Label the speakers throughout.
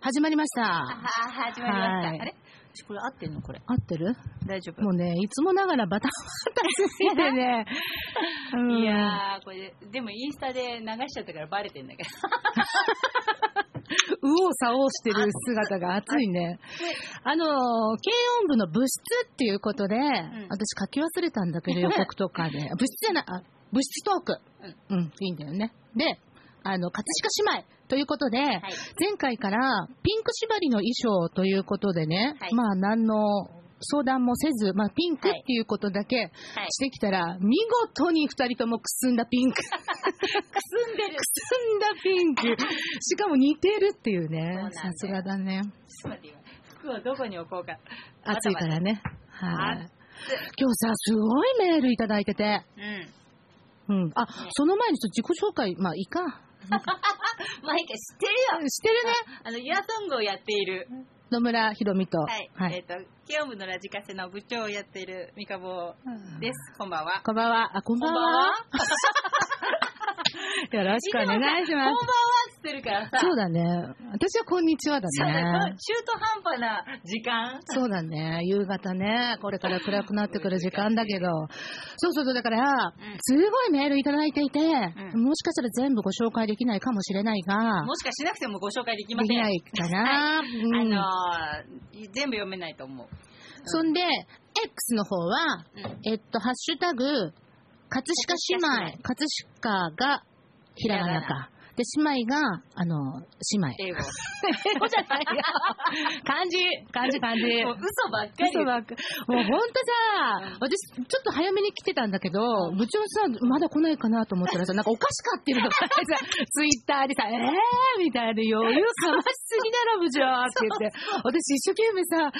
Speaker 1: 始まりました。
Speaker 2: は始まりました。
Speaker 1: はい
Speaker 2: あれ私これ合ってんのこれ。
Speaker 1: 合ってる
Speaker 2: 大丈夫。
Speaker 1: もうね、いつもながらバタバタしすぎて ね。うん
Speaker 2: いやー、これ、でもインスタで流しちゃったからバレてんだけど。
Speaker 1: 右往左往してる姿が熱いね。あのー、軽音部の部室っていうことで、私書き忘れたんだけど、予告と かで。あ部室じゃない、あ、部室トーク。うん、いいんだよね。で、あの、葛飾姉妹ということで、
Speaker 2: はい。
Speaker 1: 前回からピンク縛りの衣装ということでね、
Speaker 2: はい
Speaker 1: まあ何の相談もせず、まあピンクっていうことだけ
Speaker 2: はい。
Speaker 1: してきたら、見事に二人ともくすんだピンク。くす
Speaker 2: くすんでる。
Speaker 1: んだピンク。 しかも似てるっていうね
Speaker 2: そうなん。だ
Speaker 1: さ
Speaker 2: よ
Speaker 1: すがだね。
Speaker 2: ちょっと待って、今。服をどこに置こうか。
Speaker 1: 暑いからね。は
Speaker 2: は
Speaker 1: い。
Speaker 2: い
Speaker 1: 今日さ、すごいメールいただいてて。
Speaker 2: うん。
Speaker 1: うん。あ、その前にちょっと自己紹介、まあいいか。
Speaker 2: マイケ知ってるよ
Speaker 1: してるね。
Speaker 2: あの、ユアソングをやっている。
Speaker 1: 野村ひろみと。
Speaker 2: はい。えっ、と、慶応部のラジカセの部長をやっている三カボです。こんばんは。
Speaker 1: こんばんは。あ、こんばんは。 よろしくお願いし
Speaker 2: こんば
Speaker 1: ま
Speaker 2: んは
Speaker 1: す。
Speaker 2: っつってるからさ。
Speaker 1: そう
Speaker 2: だ。
Speaker 1: だね。私はこんにちはだ
Speaker 2: そうだこの
Speaker 1: ね
Speaker 2: 中。途半端な時間。
Speaker 1: そうだね。夕方ね。これから暗くなってくる時間だけど。そうそうそう。だから、
Speaker 2: ん
Speaker 1: すごいメールいただいていて、
Speaker 2: ん
Speaker 1: もしかしたら全部ご紹介できないかもしれないが、
Speaker 2: もしかしなくてもご紹介できま
Speaker 1: で
Speaker 2: せ
Speaker 1: き
Speaker 2: ん。
Speaker 1: ないかな。うん
Speaker 2: あのー、全部読めないと思う。
Speaker 1: そんで、X の方は、
Speaker 2: うん
Speaker 1: えっと、ハッシュタグ、葛飾姉妹、葛飾がひらがな
Speaker 2: ひら
Speaker 1: か。で、姉妹が、あの、姉妹。
Speaker 2: 英 語。
Speaker 1: 英語じゃないよ。漢字、漢字、漢字。
Speaker 2: もう嘘ばっかり。
Speaker 1: 嘘ばっか もうほんとさ、私、ちょっと早めに来てたんだけど、部長さ、まだ来ないかなと思ったらさ、なんかお菓子買ってるとか言って さ、ツイッターでさ、えーみたいな余裕かましすぎだろ、部長って言 って、私一生懸命さ、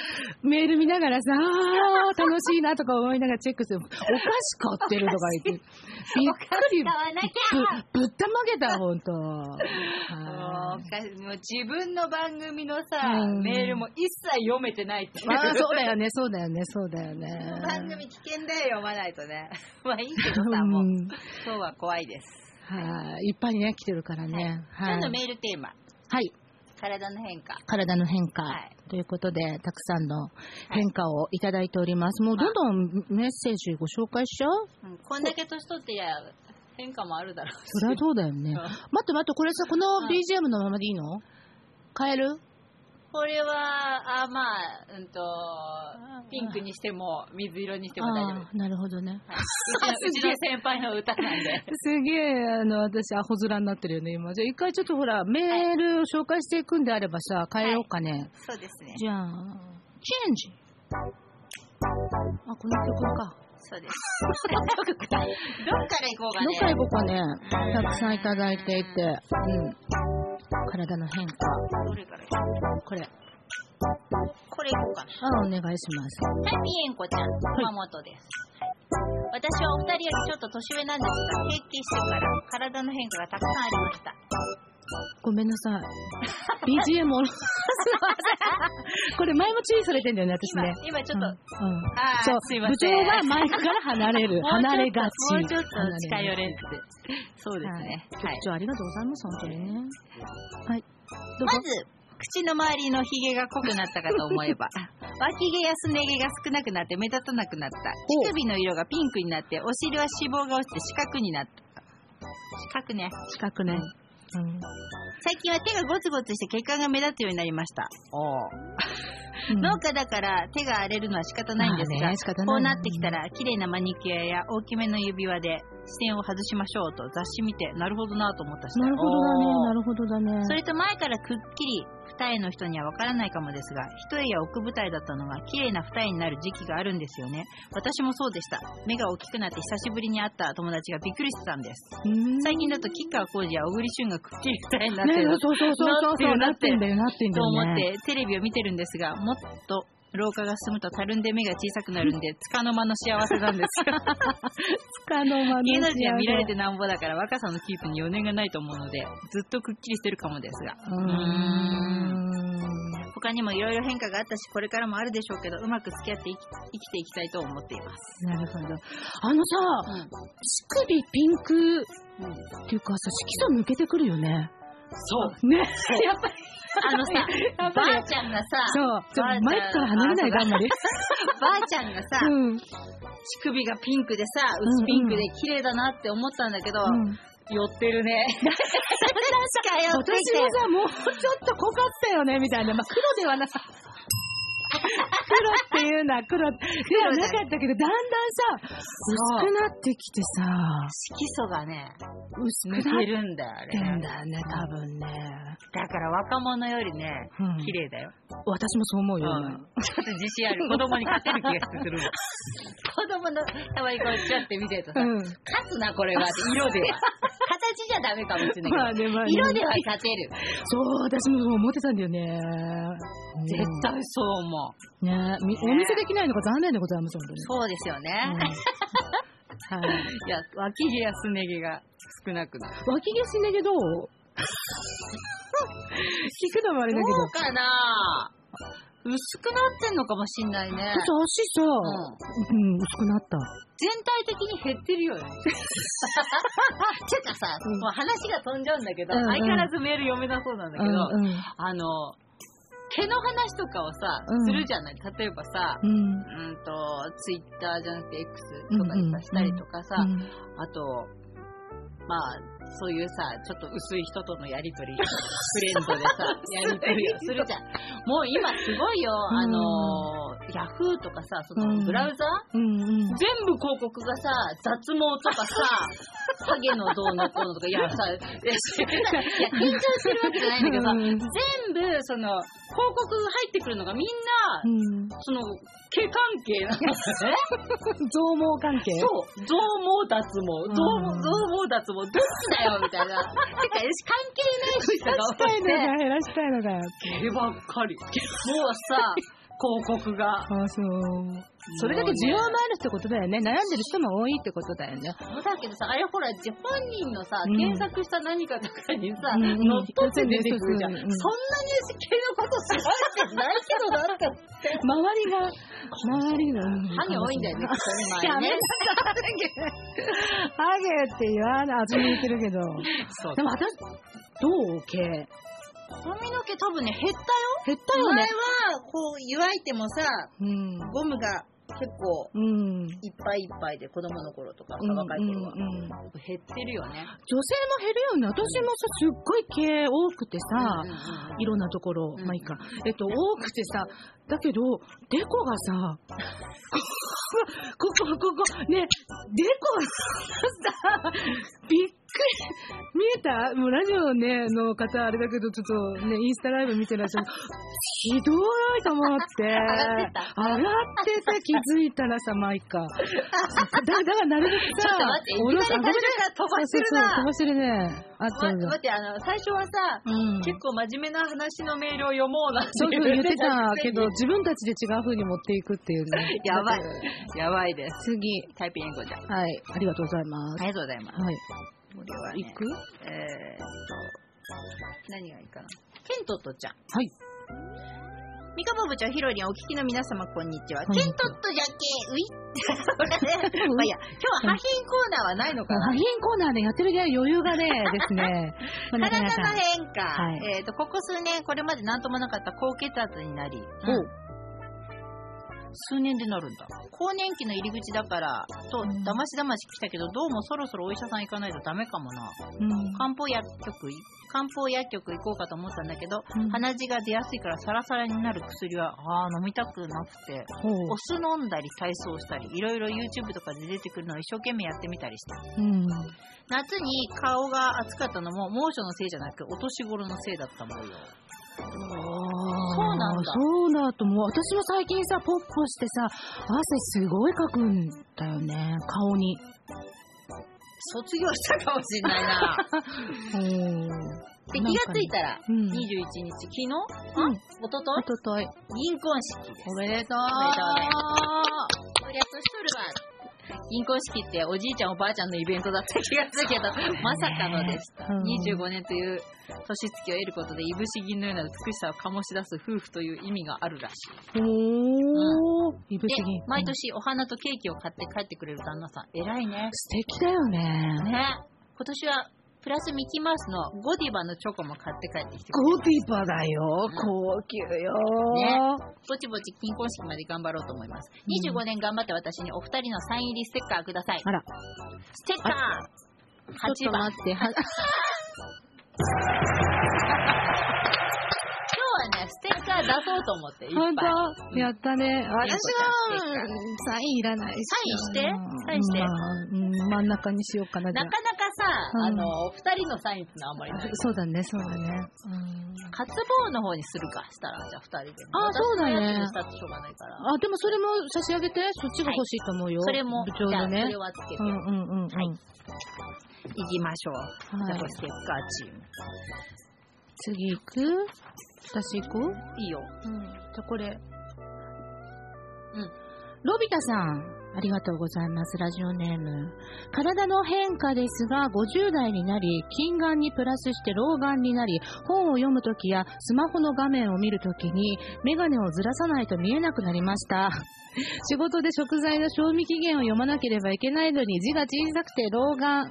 Speaker 1: メール見ながらさ、あー楽しいなとか思いながらチェックする。お菓子買ってるとか 言って、びっくり、
Speaker 2: 買わなき
Speaker 1: ぶぶったまげた、ほんと。
Speaker 2: も
Speaker 1: は
Speaker 2: う
Speaker 1: い
Speaker 2: もう自分の番組のさ、
Speaker 1: うん
Speaker 2: メールも一切読めてないっていう。
Speaker 1: まあ、そうだよね、そうだよね、そうだよね。
Speaker 2: この番組危険だよ、読まない とね。まあいいけどさ、もう、
Speaker 1: うん
Speaker 2: 今日は怖いです。
Speaker 1: はい、いっぱいね、来てるからね。は
Speaker 2: 今
Speaker 1: い。
Speaker 2: 日のメールテーマ、
Speaker 1: はい。
Speaker 2: 体の変化。
Speaker 1: 体の変化
Speaker 2: はい
Speaker 1: ということで、たくさんの変化をいただいております。もうどんどんメッセージご紹介しちゃう
Speaker 2: うんこんだけ年取ってや、変化もあるだろうし。
Speaker 1: そりゃそうだよね。
Speaker 2: うん
Speaker 1: 待って待って、これさ、この
Speaker 2: はい
Speaker 1: BGM のままでいいの変える
Speaker 2: これは、あ、まあ、うんと、ピンクにしても、水色にしても大丈夫です
Speaker 1: あーなるほどね。
Speaker 2: はい うちのうちの先輩の歌なんで。
Speaker 1: すげえ、あの、私、アホ面になってるよね、今。じゃあ、一回ちょっとほら、メールを紹介していくんであればさ、変えようかね。
Speaker 2: そうですね。
Speaker 1: じゃあ、チェンジ。あ、この曲か。
Speaker 2: そうです。 どっから行こうかね。
Speaker 1: どっから行こうかね。たくさんいただいていて。うん。体の変化。
Speaker 2: どれから行こ
Speaker 1: これ。
Speaker 2: うこれ行こうかな。
Speaker 1: あ、お願いします。
Speaker 2: はい、ピエンコちゃん、熊本です。はい、私はお二人よりちょっと年上なんですが、平均してから体の変化がたくさんありました。
Speaker 1: ごめんなさ い。BGM おろすいませんこれ前も注意されてんだよね、私
Speaker 2: 今
Speaker 1: ね。、
Speaker 2: 今ちょ
Speaker 1: う
Speaker 2: っと、
Speaker 1: んうん
Speaker 2: あー
Speaker 1: そう、
Speaker 2: すいま
Speaker 1: 部
Speaker 2: せ
Speaker 1: 長
Speaker 2: ん
Speaker 1: はマイクから離 れる。離れがち。
Speaker 2: もうちょっともうちょっと近寄れ
Speaker 1: 離
Speaker 2: って。そうですね。
Speaker 1: は。
Speaker 2: はいい
Speaker 1: 部。長ありがとうございます、本当にね。はい。どう
Speaker 2: ま
Speaker 1: ぞ
Speaker 2: ず、口の周りのヒゲが濃くなったかと思えば、 脇毛やすね毛が少なくなって目立たなくなった。
Speaker 1: ほう
Speaker 2: 乳首の色がピンクになって、お尻は脂肪が落ちて四角になった。四角ね。
Speaker 1: 近くね。うん
Speaker 2: 最近は手がゴツゴツして血管が目立つようになりました。
Speaker 1: うん
Speaker 2: 農家だから手が荒れるのは仕方ないんです
Speaker 1: まあ
Speaker 2: が、
Speaker 1: ね仕方ない
Speaker 2: こうなってきたら綺麗なマニキュアや大きめの指輪で視点を外しましょうと雑誌見てなるほどなと思ったし
Speaker 1: なるほどだね、な
Speaker 2: る
Speaker 1: るほどだね。
Speaker 2: それと前からくっきり二重の人にはわからないかもですが一重や奥二重だったのが綺麗な二重になる時期があるんですよね私もそうでした目が大きくなって久しぶりに会った友達がびっくりしてたんです
Speaker 1: うん
Speaker 2: 最近だと吉川浩司や小栗旬がくっきり二重になって
Speaker 1: ね
Speaker 2: るの、
Speaker 1: そうそうそうそうそう、な
Speaker 2: な
Speaker 1: っ
Speaker 2: ってて
Speaker 1: ん
Speaker 2: ん
Speaker 1: だよ、なってんだ
Speaker 2: と思
Speaker 1: よ
Speaker 2: っ
Speaker 1: ね。
Speaker 2: てテレビを見てるんですがもっと老化が進むとたるんで目が小さくなる んでつかの間の幸せなんですよ
Speaker 1: 使の間
Speaker 2: 芸能人は見られてなんぼだから若さのキープに余念がないと思うのでずっとくっきりしてるかもですが
Speaker 1: うー
Speaker 2: うーん
Speaker 1: ん。
Speaker 2: 他にもいろいろ変化があったしこれからもあるでしょうけどうまく付き合って生き生きていきたいと思っています、
Speaker 1: なるほど。あのさ、
Speaker 2: うん
Speaker 1: 乳首ピンク
Speaker 2: うん
Speaker 1: っていうかさ、色素抜けてくるよね。
Speaker 2: そう
Speaker 1: ね。
Speaker 2: やっぱりあのさ、
Speaker 1: やっぱ
Speaker 2: ば
Speaker 1: り
Speaker 2: あちゃんがさ、
Speaker 1: そう。ちょっとマイクから離れないで、あんまり。
Speaker 2: ばあちゃんがさ、
Speaker 1: うん。
Speaker 2: 乳首がピンクでさ、薄ピンクで綺麗だなって思ったんだけど、
Speaker 1: うん
Speaker 2: 寄ってるね。確か 寄
Speaker 1: 今
Speaker 2: ってき
Speaker 1: 年
Speaker 2: て
Speaker 1: もさ、もうちょっと濃かったよね、みたいな。まあ、黒ではなさ。黒っていうのは黒ではなかったけど、だんだんさ、
Speaker 2: そう
Speaker 1: 薄くなってきてさ、
Speaker 2: 色素がね、
Speaker 1: 薄くな
Speaker 2: 抜
Speaker 1: っ
Speaker 2: けるんだよ、あ
Speaker 1: てん
Speaker 2: れ。
Speaker 1: だよね、多分ね。
Speaker 2: だから若者よりね、
Speaker 1: うん
Speaker 2: 綺麗だよ。
Speaker 1: 私もそう思う
Speaker 2: うん
Speaker 1: よ。
Speaker 2: ちょっと自信ある。子供に勝てる気がする もん。子供のたまにこうちょって見てるとさ、
Speaker 1: うん。
Speaker 2: 勝つな、これは。色では。 形じゃダメかもしれ
Speaker 1: ま
Speaker 2: な
Speaker 1: あ
Speaker 2: いけ
Speaker 1: ね、まあ
Speaker 2: ど。
Speaker 1: ね。
Speaker 2: 色では勝てる。
Speaker 1: そう、私もそう思ってたんだよね。
Speaker 2: 絶対そう思
Speaker 1: う
Speaker 2: う。
Speaker 1: ん。ねみお見せできないのが残念でございます、本当に。
Speaker 2: そうですよね。
Speaker 1: うんはい。
Speaker 2: いや、脇毛やすね毛が少なくなる。
Speaker 1: 脇毛しね毛どう聞くのもあれ
Speaker 2: ど
Speaker 1: だけど。
Speaker 2: うかな薄くなってんのかもしんないね。
Speaker 1: そう足さ、
Speaker 2: うん
Speaker 1: うん、薄くなった。
Speaker 2: 全体的に減ってるよ ね。てかさ、
Speaker 1: うん
Speaker 2: もう話が飛んじゃうんだけど、
Speaker 1: うんうん
Speaker 2: 相変わらずメール読めなそうなんだけ
Speaker 1: う
Speaker 2: ど、
Speaker 1: ん、うん。
Speaker 2: あの、毛の話とかをさ、
Speaker 1: うん
Speaker 2: するじゃない例えばさ、
Speaker 1: うん。
Speaker 2: うんと、ツイッターじゃなくて X とかで
Speaker 1: うんう
Speaker 2: さ、
Speaker 1: ん
Speaker 2: したりとかさ、
Speaker 1: うん
Speaker 2: あと、まあ、そういうさ、ちょっと薄い人とのやり とり、フレンドでさ、やりとりをするじゃん。もう今すごいよ、
Speaker 1: うん
Speaker 2: あの、ヤフーとかさ、そのブラウザ、
Speaker 1: うんうん。
Speaker 2: 全部広告がさ、脱毛とかさ、 ハゲのどうのこうのとか、いやさ、いや、緊張してるわけじゃないんだけどさ、
Speaker 1: うん
Speaker 2: 全部、その、広告入ってくるのがみんな、
Speaker 1: うん。
Speaker 2: その、毛関係なの。え
Speaker 1: 増毛関係
Speaker 2: そう、増毛脱毛、
Speaker 1: うん
Speaker 2: 増毛増毛脱毛、どっちだよみたいな。てか、私関係ないしと
Speaker 1: 減らしたいの
Speaker 2: か思って
Speaker 1: が減らしたいのが。
Speaker 2: 毛ばっかり。もうさ、広告が。
Speaker 1: あそう。それだけ需要もあるってことだよね。悩んでる人も多いってことだよね。
Speaker 2: だけどさ、あれほら、じ本人のさ、
Speaker 1: うん
Speaker 2: 検索した何かとかにさ、
Speaker 1: うん
Speaker 2: 乗っ取って出てくるじゃん。
Speaker 1: うん
Speaker 2: そんなに私系のこと知られてないけどなって。
Speaker 1: 周りが、周りが。
Speaker 2: ハゲ多いんだよね、きっとね、
Speaker 1: や
Speaker 2: 周り
Speaker 1: め
Speaker 2: ね
Speaker 1: な。ハゲって言わない。あ、それ言ってるけど。
Speaker 2: そう
Speaker 1: でも私、どう毛減っ
Speaker 2: 髪の毛多分ね、減ったよ。
Speaker 1: たよね。
Speaker 2: は、こう、湯わいてもさ、
Speaker 1: うん。
Speaker 2: ゴムが結構、
Speaker 1: うん。
Speaker 2: いっぱいいっぱいで、子供の頃とかさ、
Speaker 1: うん
Speaker 2: 若い頃は。
Speaker 1: うんうん
Speaker 2: 減ってるよ
Speaker 1: 女
Speaker 2: ね。
Speaker 1: 性も減るよね。私もさ、すっごい毛多くてさ、
Speaker 2: うんうんうん
Speaker 1: いろんなところ、
Speaker 2: うん
Speaker 1: まあいいか。えっと、多くてさ、だけど、デコがさ、 ここ、ここ、ここ、ね、デコがさ、びっくり、見えたもうラジオね、の方、あれだけど、ちょっとね、インスタライブ見てらっしゃる。ひどいと思 って、上
Speaker 2: がってた
Speaker 1: がってさ、気づいたらさ、まあいい か。だだから、なるべく
Speaker 2: ちょ
Speaker 1: さ
Speaker 2: っと待って、い、
Speaker 1: おろ
Speaker 2: きなり
Speaker 1: す
Speaker 2: 食べながら飛ばしてる
Speaker 1: そ
Speaker 2: な。
Speaker 1: うそうそう飛ばしてるね。あった
Speaker 2: ま
Speaker 1: んだ
Speaker 2: 待って、あの、最初はさ、
Speaker 1: うん。
Speaker 2: 結構真面目な話のメールを読もうなんて
Speaker 1: そうそう言ってたけど、
Speaker 2: く
Speaker 1: 自分たちで違う風に持っていくっていうね。
Speaker 2: やばい
Speaker 1: だから。
Speaker 2: せに やばいです。
Speaker 1: 次。
Speaker 2: タイピングじゃん。あ
Speaker 1: はい。ありがとうございます。
Speaker 2: りがとうございます。
Speaker 1: はい。
Speaker 2: これはね、
Speaker 1: 行く
Speaker 2: えーっと、何がいいかな。ケントとちゃん。
Speaker 1: はい。
Speaker 2: ミカボ部長、ヒロリン、お聞きの皆様、こんにちは。
Speaker 1: こんに
Speaker 2: ケ
Speaker 1: ち
Speaker 2: ン
Speaker 1: は
Speaker 2: トとじゃけ、うい これねまあいいや、今日は破品コーナーはないのかな
Speaker 1: 破品コーナーでやってるね、余裕がね、です ね。まあな
Speaker 2: 体
Speaker 1: か
Speaker 2: の
Speaker 1: なか。
Speaker 2: 変化、
Speaker 1: はい
Speaker 2: えー、とここ数年これまで何ともなかった高血圧になり、
Speaker 1: お
Speaker 2: うん数年でなるんだ更年期の入り口だからと
Speaker 1: うん
Speaker 2: だましだまし来たけどどうもそろそろお医者さん行かないとダメかもな
Speaker 1: うん
Speaker 2: 漢方薬局い漢方薬局行こうかと思ったんだけど、
Speaker 1: うん
Speaker 2: 鼻血が出やすいからサラサラになる薬はあー飲みたくなくて
Speaker 1: ほう
Speaker 2: お酢飲んだり体操したりいろいろ YouTube とかで出てくるのを一生懸命やってみたりした
Speaker 1: うん。
Speaker 2: 夏に顔が暑かったのも猛暑のせいじゃなくお年頃のせいだったもんよ
Speaker 1: そう
Speaker 2: なんだ
Speaker 1: そうだと思う。私も最近さ、ポッポしてさ、汗すごいかくんだよね、顔に。
Speaker 2: 卒業したかもしれ ないな
Speaker 1: うん。
Speaker 2: で気がついたら
Speaker 1: うん。
Speaker 2: 21日昨日あ、
Speaker 1: うん
Speaker 2: 一昨日
Speaker 1: おととい。
Speaker 2: 銀婚式です
Speaker 1: おめでとう。
Speaker 2: おこりゃ年取るわ銀婚式っておじいちゃんおばあちゃんのイベントだった気がするけどまさかのでした、
Speaker 1: うん
Speaker 2: 25年という年月を得ることでいぶし銀のような美しさを醸し出す夫婦という意味があるらしい
Speaker 1: おー、いぶ
Speaker 2: で
Speaker 1: し銀。
Speaker 2: 毎年お花とケーキを買って帰ってくれる旦那さん偉いね
Speaker 1: 素敵だよね。
Speaker 2: ね今年はプラスミキーマウスのゴディバのチョコも買って帰ってきてくれ
Speaker 1: ゴディバだよ。高級よ。
Speaker 2: ぼちぼち金婚式まで頑張ろうと思います。
Speaker 1: うん
Speaker 2: 25年頑張って私にお二人のサイン入りステッカーください。
Speaker 1: あら、
Speaker 2: ステッカー
Speaker 1: ちょっと
Speaker 2: !8 番。
Speaker 1: 待って。は
Speaker 2: 今日はね、ステッカー出そうと思って、いっぱ
Speaker 1: 本
Speaker 2: い。
Speaker 1: 当やったね。私
Speaker 2: やっ
Speaker 1: が
Speaker 2: たやっ
Speaker 1: サインいらないし。
Speaker 2: サインしてサインして
Speaker 1: まあうん真ん中にしようかな。じゃ
Speaker 2: な
Speaker 1: あ
Speaker 2: かな
Speaker 1: う
Speaker 2: かさ、
Speaker 1: ん
Speaker 2: あの、お二人のサインってのはあんまりない。
Speaker 1: そうだね、そうだね。うん
Speaker 2: カツボーの方にするか、したら、じゃあ二人で。
Speaker 1: あーそうだね
Speaker 2: 私のやつにしたってしょうがないから。
Speaker 1: あ、でもそれも差し上げて。そっちが欲しいと思うよ。
Speaker 2: それも、
Speaker 1: 部長
Speaker 2: じゃあ、
Speaker 1: のね
Speaker 2: それ。はつけて
Speaker 1: う、んうんうんうん。
Speaker 2: はいいきましょう。じ
Speaker 1: は
Speaker 2: ゃあ、
Speaker 1: い
Speaker 2: これステッカーチーム。
Speaker 1: 次行く私行こう
Speaker 2: いいよ。
Speaker 1: うん。じゃあこれ。うん
Speaker 2: ん。
Speaker 1: ロビタさん。ありがとうございます。ラジオネーム。体の変化ですが、50代になり、近眼にプラスして老眼になり、本を読むときやスマホの画面を見るときに、メガネをずらさないと見えなくなりました。 仕事で食材の賞味期限を読まなければいけないのに、字が小さくて老眼を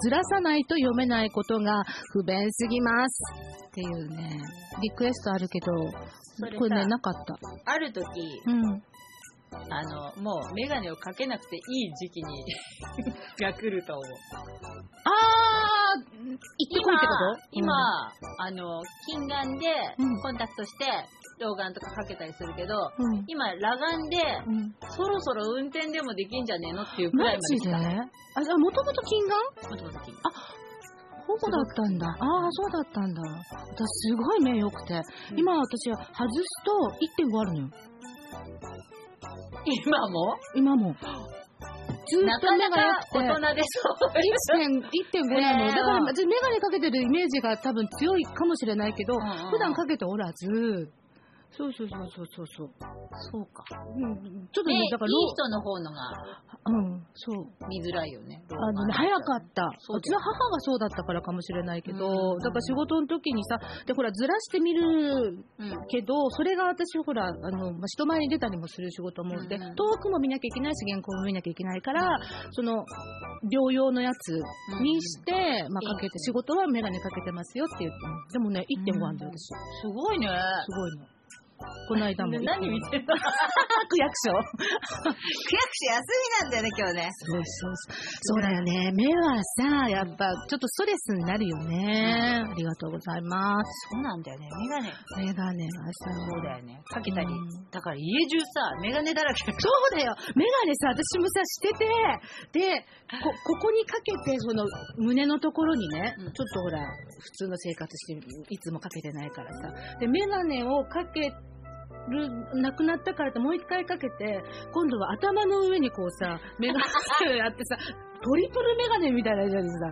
Speaker 1: ずらさないと読めないことが不便すぎます。っていうね、リクエストあるけど、
Speaker 2: それさ
Speaker 1: これね、なかった。
Speaker 2: ある時、
Speaker 1: うん。
Speaker 2: あの、もう、メガネをかけなくていい時期に、 が来ると思う。
Speaker 1: あー、行ってこいってこと
Speaker 2: 今、あの、近眼で
Speaker 1: うん、
Speaker 2: コンタクトして、老眼とかかけたりするけど、
Speaker 1: うん。
Speaker 2: 今、裸眼で、
Speaker 1: うん。うん
Speaker 2: そろそろ運転でもできんじゃねえのっていうくら
Speaker 1: マ
Speaker 2: いまで
Speaker 1: ジ
Speaker 2: 来
Speaker 1: で
Speaker 2: た。
Speaker 1: あ、じゃあ、もともと近眼
Speaker 2: もともと近眼
Speaker 1: ほぼだったんだ。ああ、そうだったんだ。私、すごい目良くて。
Speaker 2: うん
Speaker 1: 今、私、外すと1.5あるのよ。
Speaker 2: 今も
Speaker 1: 今も。ずー
Speaker 2: な
Speaker 1: っと
Speaker 2: か
Speaker 1: 目
Speaker 2: な
Speaker 1: が
Speaker 2: か
Speaker 1: 良くて。
Speaker 2: 大人でしょ。
Speaker 1: 1.5なの。
Speaker 2: ねえ
Speaker 1: だから、私、メガネかけてるイメージが多分強いかもしれないけど、普
Speaker 2: 普
Speaker 1: 段かけておらず、そうそうそうそうそうそう。そうか。うん、ちょっと
Speaker 2: ね、い
Speaker 1: ね
Speaker 2: い、
Speaker 1: だから老、
Speaker 2: 人の方のが
Speaker 1: うん、そう。
Speaker 2: 見づらいよね。
Speaker 1: あの、早かった。
Speaker 2: そう
Speaker 1: うちの母がそうだったからかもしれないけど、
Speaker 2: うん
Speaker 1: だから仕事の時にさ、で、ほら、ずらしてみる
Speaker 2: うん。
Speaker 1: けど、それが私、ほら、あの、まあ人前に出たりもする仕事もで、
Speaker 2: うんうん
Speaker 1: 遠くも見なきゃいけないし、原稿も見なきゃいけないから、その、療養のやつにして、まあ、かけて、仕事はメガネかけてますよって言って、でもね、1.5あんだよ、私。す
Speaker 2: すごいね。
Speaker 1: ごいの。この間も。
Speaker 2: ね何見てんの区役
Speaker 1: 区役所
Speaker 2: 所休みなんだよね、今日ね。
Speaker 1: そうそうそう。そうだよね。目はさ、やっぱ、ちょっとストレスになるよね。ありがとうございます。
Speaker 2: そうなんだよね。メガネ。
Speaker 1: メガネはさ、
Speaker 2: そうだよね。かけたり
Speaker 1: うん。
Speaker 2: だから家中さ、メガネだらけ。
Speaker 1: そうだよ。メガネさ、私もさ、してて、で、こ、ここにかけて、その、胸のところにね、
Speaker 2: うん
Speaker 1: ちょっとほら、普通の生活して、いつもかけてないからさ。で、メガネをかける、なくなったからって、もう一回かけて、今度は頭の上にこうさ、メガネやってさ、 トリプルメガネみたいなじゃんさ。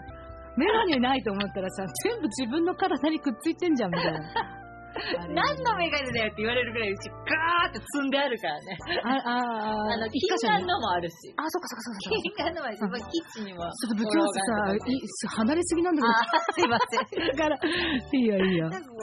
Speaker 1: メガネないと思ったら さ、全部自分の体にくっついてんじゃん、みたいな。あれ
Speaker 2: 何のメガネだよって言われるぐらい、うちガーって積んであるからね。
Speaker 1: あ、あ、あ、
Speaker 2: あの、
Speaker 1: 一箇所
Speaker 2: 金
Speaker 1: に
Speaker 2: 眼のもあるし。
Speaker 1: あ、そっかそっかそっかそっか。
Speaker 2: 金眼のもあるし、
Speaker 1: うん
Speaker 2: まあキッチンにも。
Speaker 1: ちょっと部長さ、
Speaker 2: 老眼とか
Speaker 1: い離れすぎなんだ
Speaker 2: あー、すいません。
Speaker 1: けど。だから、いいよいいよ。
Speaker 2: なんかこう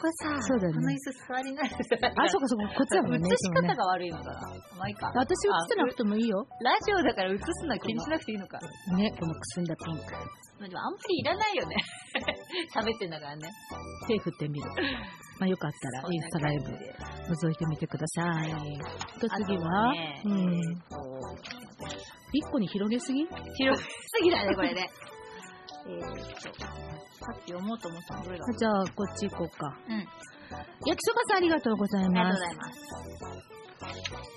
Speaker 2: ここさ、
Speaker 1: そうだよね
Speaker 2: この椅子座りないでさ
Speaker 1: あ、そうかそうか、こっちだもんね。い
Speaker 2: 映し
Speaker 1: つも
Speaker 2: 方
Speaker 1: ね
Speaker 2: が悪いのかな。まあいいか。
Speaker 1: 私映ってなくてもいいよ。
Speaker 2: ラジオだから映すのは気にしなくていいのか。
Speaker 1: ね、このくすんだピンク。
Speaker 2: まあでもあんまりいらないよね。 喋ってんだからね。
Speaker 1: 手振ってみる。まあよかったら、インスタライブ、覗いてみてください。と次は、
Speaker 2: ね
Speaker 1: う
Speaker 2: え
Speaker 1: ん。
Speaker 2: ーこ
Speaker 1: 一個に広げすぎ
Speaker 2: う広すぎだね、これね。 えーっと、さっき読もうと思ったのどれだろ
Speaker 1: じゃあ、こっち行こうか。
Speaker 2: う。うん。あり
Speaker 1: 焼きそばさんありがとうござい
Speaker 2: がとう
Speaker 1: ま
Speaker 2: ご
Speaker 1: す。
Speaker 2: ざいます。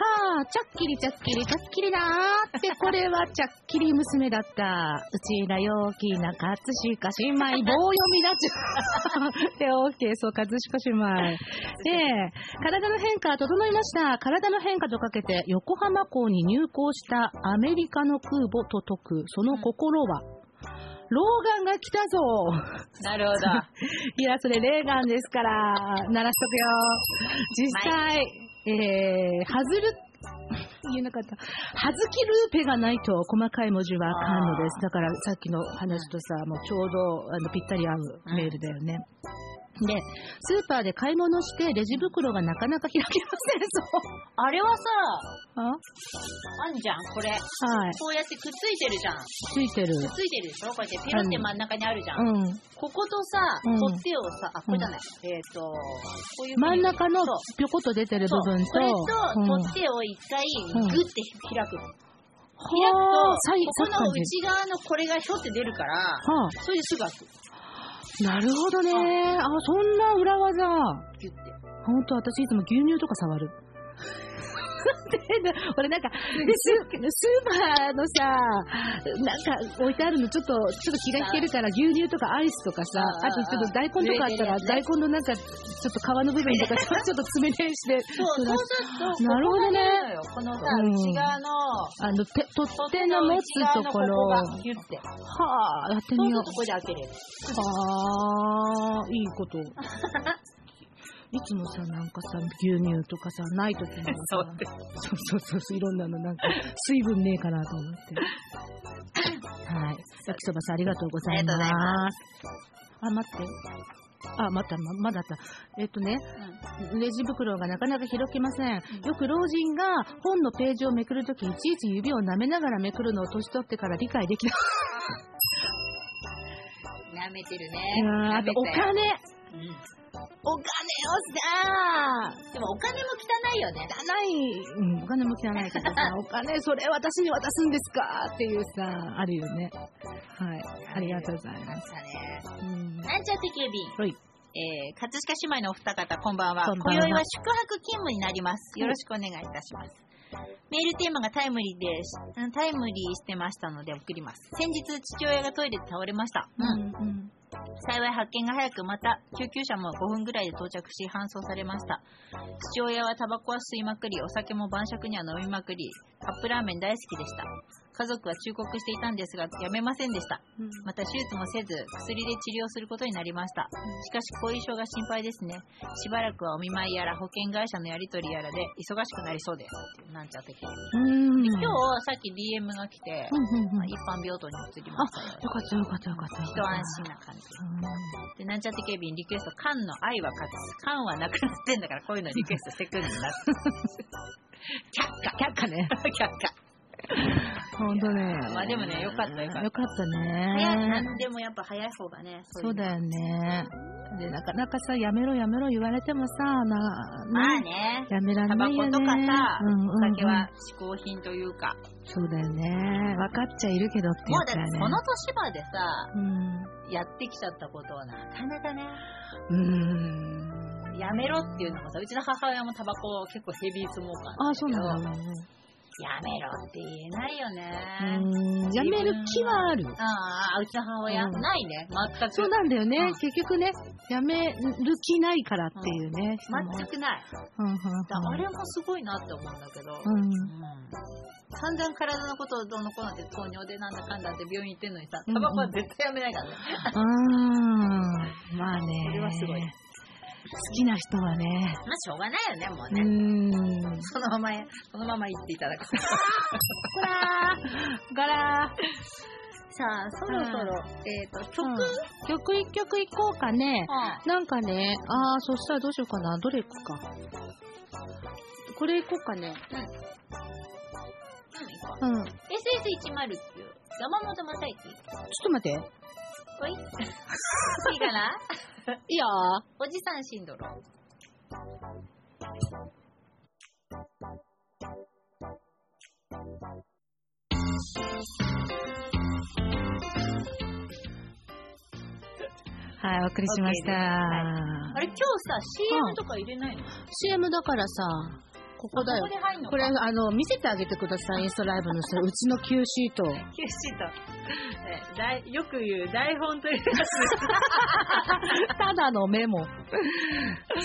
Speaker 1: はあ、ちゃっきりちゃっきりちゃっきりだーって、これはちゃっきり娘だった。うちら陽気な葛飾姉妹、棒読みだっちゃ。で、OK、そう、葛飾姉妹。で、体の変化整いました。体の変化とかけて、横浜港に入港したアメリカの空母と解く、その心は、老眼が来たぞ
Speaker 2: なるほ ど。
Speaker 1: いや、それ、レーガンですから、鳴らしとくよ。実際、えー、外る、言えなかった。はずきルーペがないと細かい文字はあかんのです。だからさっきの話とさ、もうちょうどあのぴったり合うメールだよね。で、スーパーで買い物して、レジ袋がなかなか開けま
Speaker 2: あれはさ、
Speaker 1: せんぞ。
Speaker 2: あんじゃん、これ。
Speaker 1: あはい。
Speaker 2: こうやってくっついてるじゃん。くっ
Speaker 1: ついてる。
Speaker 2: ついてるでしょこうやってペロって真ん中にあるじゃん。
Speaker 1: うん。
Speaker 2: こことさ、
Speaker 1: うん
Speaker 2: 取っ手をさ、あ、これじゃない。えっ、と、こういうふうに
Speaker 1: 真ん中の
Speaker 2: そう
Speaker 1: ぴょこっと出てる部分と、
Speaker 2: そうこれ
Speaker 1: うん
Speaker 2: と取っ手を一回
Speaker 1: うん
Speaker 2: グッて開く。開くと、
Speaker 1: はあ左右
Speaker 2: ここ
Speaker 1: 左
Speaker 2: の
Speaker 1: 右
Speaker 2: 内側のこれがひょって出るから、
Speaker 1: は
Speaker 2: それですぐ開く。
Speaker 1: あ、なるほどね。あ、そんな裏技。
Speaker 2: ギュッて。
Speaker 1: ほんと、私いつも牛乳とか触る。 で俺なんかス、スーパーのさ、なんか置いてあるのちょっと、ちょっと気が引けるから牛乳とかアイスとかさ、
Speaker 2: あー
Speaker 1: あとちょっと大根とかあったら、
Speaker 2: 濡れてるやつ
Speaker 1: 大
Speaker 2: ね
Speaker 1: 根のなんか、ちょっと皮の部分とかさ、ちょっと爪でして、
Speaker 2: そう、そうすると、
Speaker 1: なるほどね
Speaker 2: ここが出るのよこのさ、
Speaker 1: うん
Speaker 2: 内側の、
Speaker 1: あの、て取っ手
Speaker 2: 手
Speaker 1: の
Speaker 2: の
Speaker 1: 持
Speaker 2: 内
Speaker 1: つと
Speaker 2: 側
Speaker 1: こ
Speaker 2: のこ
Speaker 1: ろ
Speaker 2: こ
Speaker 1: を、は
Speaker 2: がギュッて。
Speaker 1: あ、やって
Speaker 2: そう
Speaker 1: み
Speaker 2: する
Speaker 1: よう
Speaker 2: とこ。こで開けれる。
Speaker 1: ああ、いい こと。いつもさ、なんかさ、牛乳とかさ、ない時にもさ、そうそうそうそう、いろんなの、なんか、水分ねえかなと思って。はい。焼きそばさん、ありがとうございます。
Speaker 2: ありがとうござい
Speaker 1: あ、待って。あ、また、ま、まだあった。えっとね、レジ袋がなかなか開けません。よく老人が本のページをめくるとき、いちいち指を舐めながらめくるのを年取ってから理解できな
Speaker 2: 舐めてるね。
Speaker 1: い。あと、お
Speaker 2: よ
Speaker 1: 金
Speaker 2: うん
Speaker 1: お金をさ、
Speaker 2: でもお金も汚いよね。
Speaker 1: 汚い、うん、お金も汚 いけどさ、お金、それ私に渡すんですかっていうさ、あるよね。はい。ありがとうござい
Speaker 2: な
Speaker 1: ま
Speaker 2: ん
Speaker 1: す。
Speaker 2: かね。
Speaker 1: うん
Speaker 2: なんちゃって警備員。
Speaker 1: はい。
Speaker 2: えー、葛飾姉妹のお二方、こんばんは。
Speaker 1: こんばんは
Speaker 2: 今宵は宿泊勤務になります。よろしくお願いいたします。メールテーマがタイムリーでし、うんタイムリーしてましたので送ります。先日、父親がトイレで倒れました。
Speaker 1: うん。
Speaker 2: 幸い発見が早く、また救急車も5分ぐらいで到着し搬送されました。父親はタバコは吸いまくり、お酒も晩酌には飲みまくり、カップラーメン大好きでした。家族は忠告していたんですが、やめませんでした。
Speaker 1: うん
Speaker 2: また手術もせず、薬で治療することになりました。しかし、後遺症が心配ですね。しばらくはお見舞いやら保険会社のやり取りやらで忙しくなりそうです。ってなんちゃって今
Speaker 1: うん。
Speaker 2: 日、さっき DM が来て、
Speaker 1: うんうんうん。
Speaker 2: 一
Speaker 1: よ
Speaker 2: 般病棟に移りましたよ。
Speaker 1: かったよかったよかった。
Speaker 2: 一安心な感じ。で、なんちゃって警備員リクエスト、缶の愛は勝つ。缶はなくなってんだから、こういうのリクエストしてくるんだな。
Speaker 1: うん。却下
Speaker 2: 却下
Speaker 1: ね。
Speaker 2: 却下。
Speaker 1: ほんとね。
Speaker 2: まあでもねよかったよかった
Speaker 1: よかった
Speaker 2: 早い、
Speaker 1: ね。
Speaker 2: 何でもやっぱ早い方がね。
Speaker 1: そうだ
Speaker 2: よ。
Speaker 1: よね。で、なかなかさ、やめろやめろ言われてもさ、な、
Speaker 2: まあね。
Speaker 1: やめら
Speaker 2: タ
Speaker 1: れ
Speaker 2: バ
Speaker 1: ないよ
Speaker 2: コ
Speaker 1: ね。
Speaker 2: とかさ、
Speaker 1: うんうんうん
Speaker 2: お酒は嗜好品というか、
Speaker 1: そうだよね。分かっちゃいるけどって
Speaker 2: も
Speaker 1: や
Speaker 2: うだ
Speaker 1: つだ
Speaker 2: って
Speaker 1: よね。
Speaker 2: この年までさ、
Speaker 1: うん。
Speaker 2: やってきちゃったことはなかなかね、
Speaker 1: うーん。
Speaker 2: やめろっていうのがさ、うちの母親もタバコを結構ヘビースモーカー
Speaker 1: あ、そうな
Speaker 2: なんんだけ
Speaker 1: だ。
Speaker 2: ど、やめろって言えないよね。
Speaker 1: うん。やめる気はある。
Speaker 2: ああ、うちの母親、
Speaker 1: うん
Speaker 2: ないね、全く。
Speaker 1: そうなんだよね。
Speaker 2: うん
Speaker 1: 結局ね、やめる気ないからっていうね。人も
Speaker 2: 全くない。
Speaker 1: うんうんうん
Speaker 2: だあれもすごいなって思うんだけど、
Speaker 1: う。
Speaker 2: うんん散々体のことをどうのこうのって糖尿でなんだかんだって病院行ってんのにさ、
Speaker 1: うん
Speaker 2: タバコは絶対やめないからね。
Speaker 1: うん。まあね。
Speaker 2: それはすごい
Speaker 1: 好きな人はね。
Speaker 2: まあしょうがないよね、もう
Speaker 1: う
Speaker 2: ね。
Speaker 1: ん。
Speaker 2: そのまま、そのまま行っていただ く。
Speaker 1: ガラ
Speaker 2: さあ、そろそろ、えっ、と、
Speaker 1: う
Speaker 2: 曲、
Speaker 1: んー。曲一曲いこうかね。なんかね、あー、そしたらどうしようかな。どれ行くか。これ行こうかね。うん。ちょっ
Speaker 2: SS109、山本正幸。
Speaker 1: と待って。
Speaker 2: おいいいか ない
Speaker 1: いよ
Speaker 2: おじさんシンドローム。
Speaker 1: はい、お送りしました。
Speaker 2: OK あれ、今日さ、
Speaker 1: う
Speaker 2: CM
Speaker 1: ん
Speaker 2: とか入れないの
Speaker 1: CM だからさ、ここだよ
Speaker 2: ここ。で入んの
Speaker 1: これ、あの、見せてあげてください、インスタライブのそれうちの Q シ ート。
Speaker 2: キュシート。え大よく言う台本というや
Speaker 1: ただのメモ。
Speaker 2: い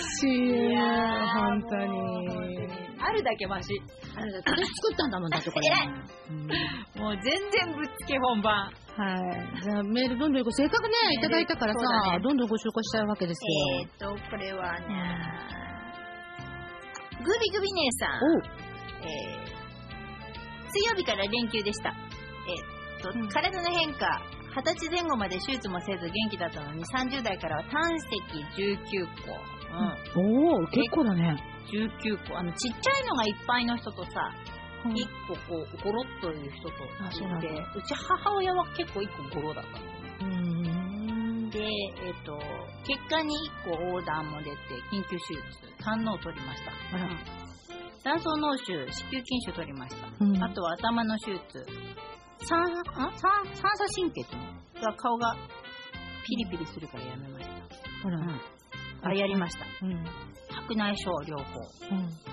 Speaker 1: CM、
Speaker 2: やー
Speaker 1: 本当
Speaker 2: もう本
Speaker 1: に
Speaker 2: 当。あるだけマシ。
Speaker 1: あれだって、これ作ったんだもんだって、これ。
Speaker 2: 偉い
Speaker 1: うん
Speaker 2: もう全然ぶっつけ本番。
Speaker 1: はい。じゃあ、メールどんどんご、せっかくね、いただいたから
Speaker 2: そうだ
Speaker 1: さ、
Speaker 2: ね
Speaker 1: どんどんご紹介したいわけです
Speaker 2: え
Speaker 1: よ。
Speaker 2: ーっと、これはね、グビグビ姉さん。
Speaker 1: おう
Speaker 2: えー水曜日から連休でした。えーっと、
Speaker 1: うん
Speaker 2: 体の変化、二十歳前後まで手術もせず元気だったのに30代からは胆石19個、う
Speaker 1: おお、結構だね。
Speaker 2: ん、19個あのちっちゃいのがいっぱいの人とさ
Speaker 1: うん
Speaker 2: 一個こうゴロっという人と
Speaker 1: あそうなん
Speaker 2: い
Speaker 1: だ
Speaker 2: てうち母親は結構一個ゴロだったのね
Speaker 1: うん。
Speaker 2: で、えっと結果に1個横断も出て緊急手術胆のを取りました
Speaker 1: あら
Speaker 2: うん卵巣脳腫子宮筋腫取りました、
Speaker 1: うん
Speaker 2: あとは頭の手術三ん三三叉神経っていうのが顔がピリピリするからやめました、
Speaker 1: ほら。
Speaker 2: あやりました
Speaker 1: うん。うん。
Speaker 2: 白内障両方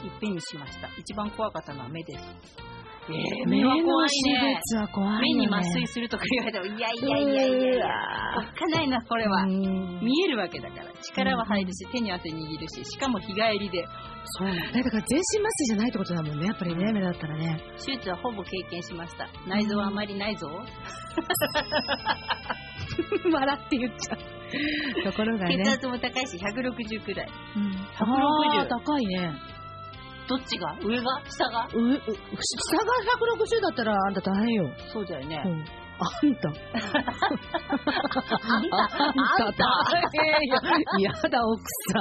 Speaker 2: いっぺんにしました一番怖かったのは目ですえー目は怖いね
Speaker 1: 目の手術は怖いよね。
Speaker 2: 目に麻酔するとか言われたらいやいやいやいやいやないなこれは、
Speaker 1: うん
Speaker 2: 見えるわけだから力は入るし、手に汗握るししかも日帰りで
Speaker 1: そうなんだ。だから全身麻酔じゃないってことだもんね、やっぱりね、目だったらね。
Speaker 2: 手術はほぼ経験しました内臓はあまりないぞ、
Speaker 1: 笑って言っちゃう。ところがね。
Speaker 2: 血圧も高いし160くらい
Speaker 1: うん。あ
Speaker 2: 160
Speaker 1: ー高いね。
Speaker 2: どっちが上が下が
Speaker 1: う、う、下が160だったらあんた大変よ。
Speaker 2: そうだよね、
Speaker 1: うん。あんた。
Speaker 2: あんた
Speaker 1: あ
Speaker 2: あんた
Speaker 1: 変よ。やだ、奥さ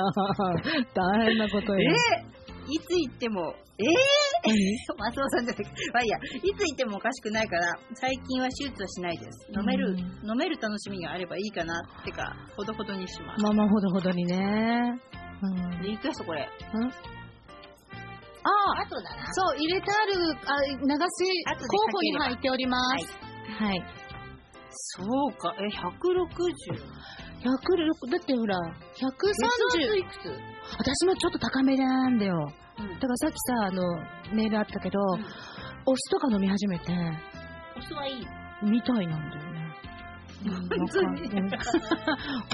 Speaker 1: ん。大変なことよ。
Speaker 2: えーいつ行ってもえー、マスオさんじゃなくてまあいいやいつ行ってもおかしくないから最近は手術はしないです飲める、
Speaker 1: うん
Speaker 2: 飲める楽しみがあればいいかなってかほどほどにします、
Speaker 1: まあまあ、ほどほどにね。うん。
Speaker 2: リクエストこれ
Speaker 1: あ
Speaker 2: あとだな
Speaker 1: そう、入れてある、あ、流し、
Speaker 2: 後で
Speaker 1: 候補に入っております。はい。
Speaker 2: そうかえ160
Speaker 1: 106、だってほら、130。
Speaker 2: いくつ、
Speaker 1: 私もちょっと高めなんだよ。
Speaker 2: うん
Speaker 1: だからさっきさ、あの、メールあったけど、
Speaker 2: ん
Speaker 1: お酢とか飲み始めて、
Speaker 2: お酢はいい。
Speaker 1: みたいなんだよね。うん
Speaker 2: 本当に
Speaker 1: わ かん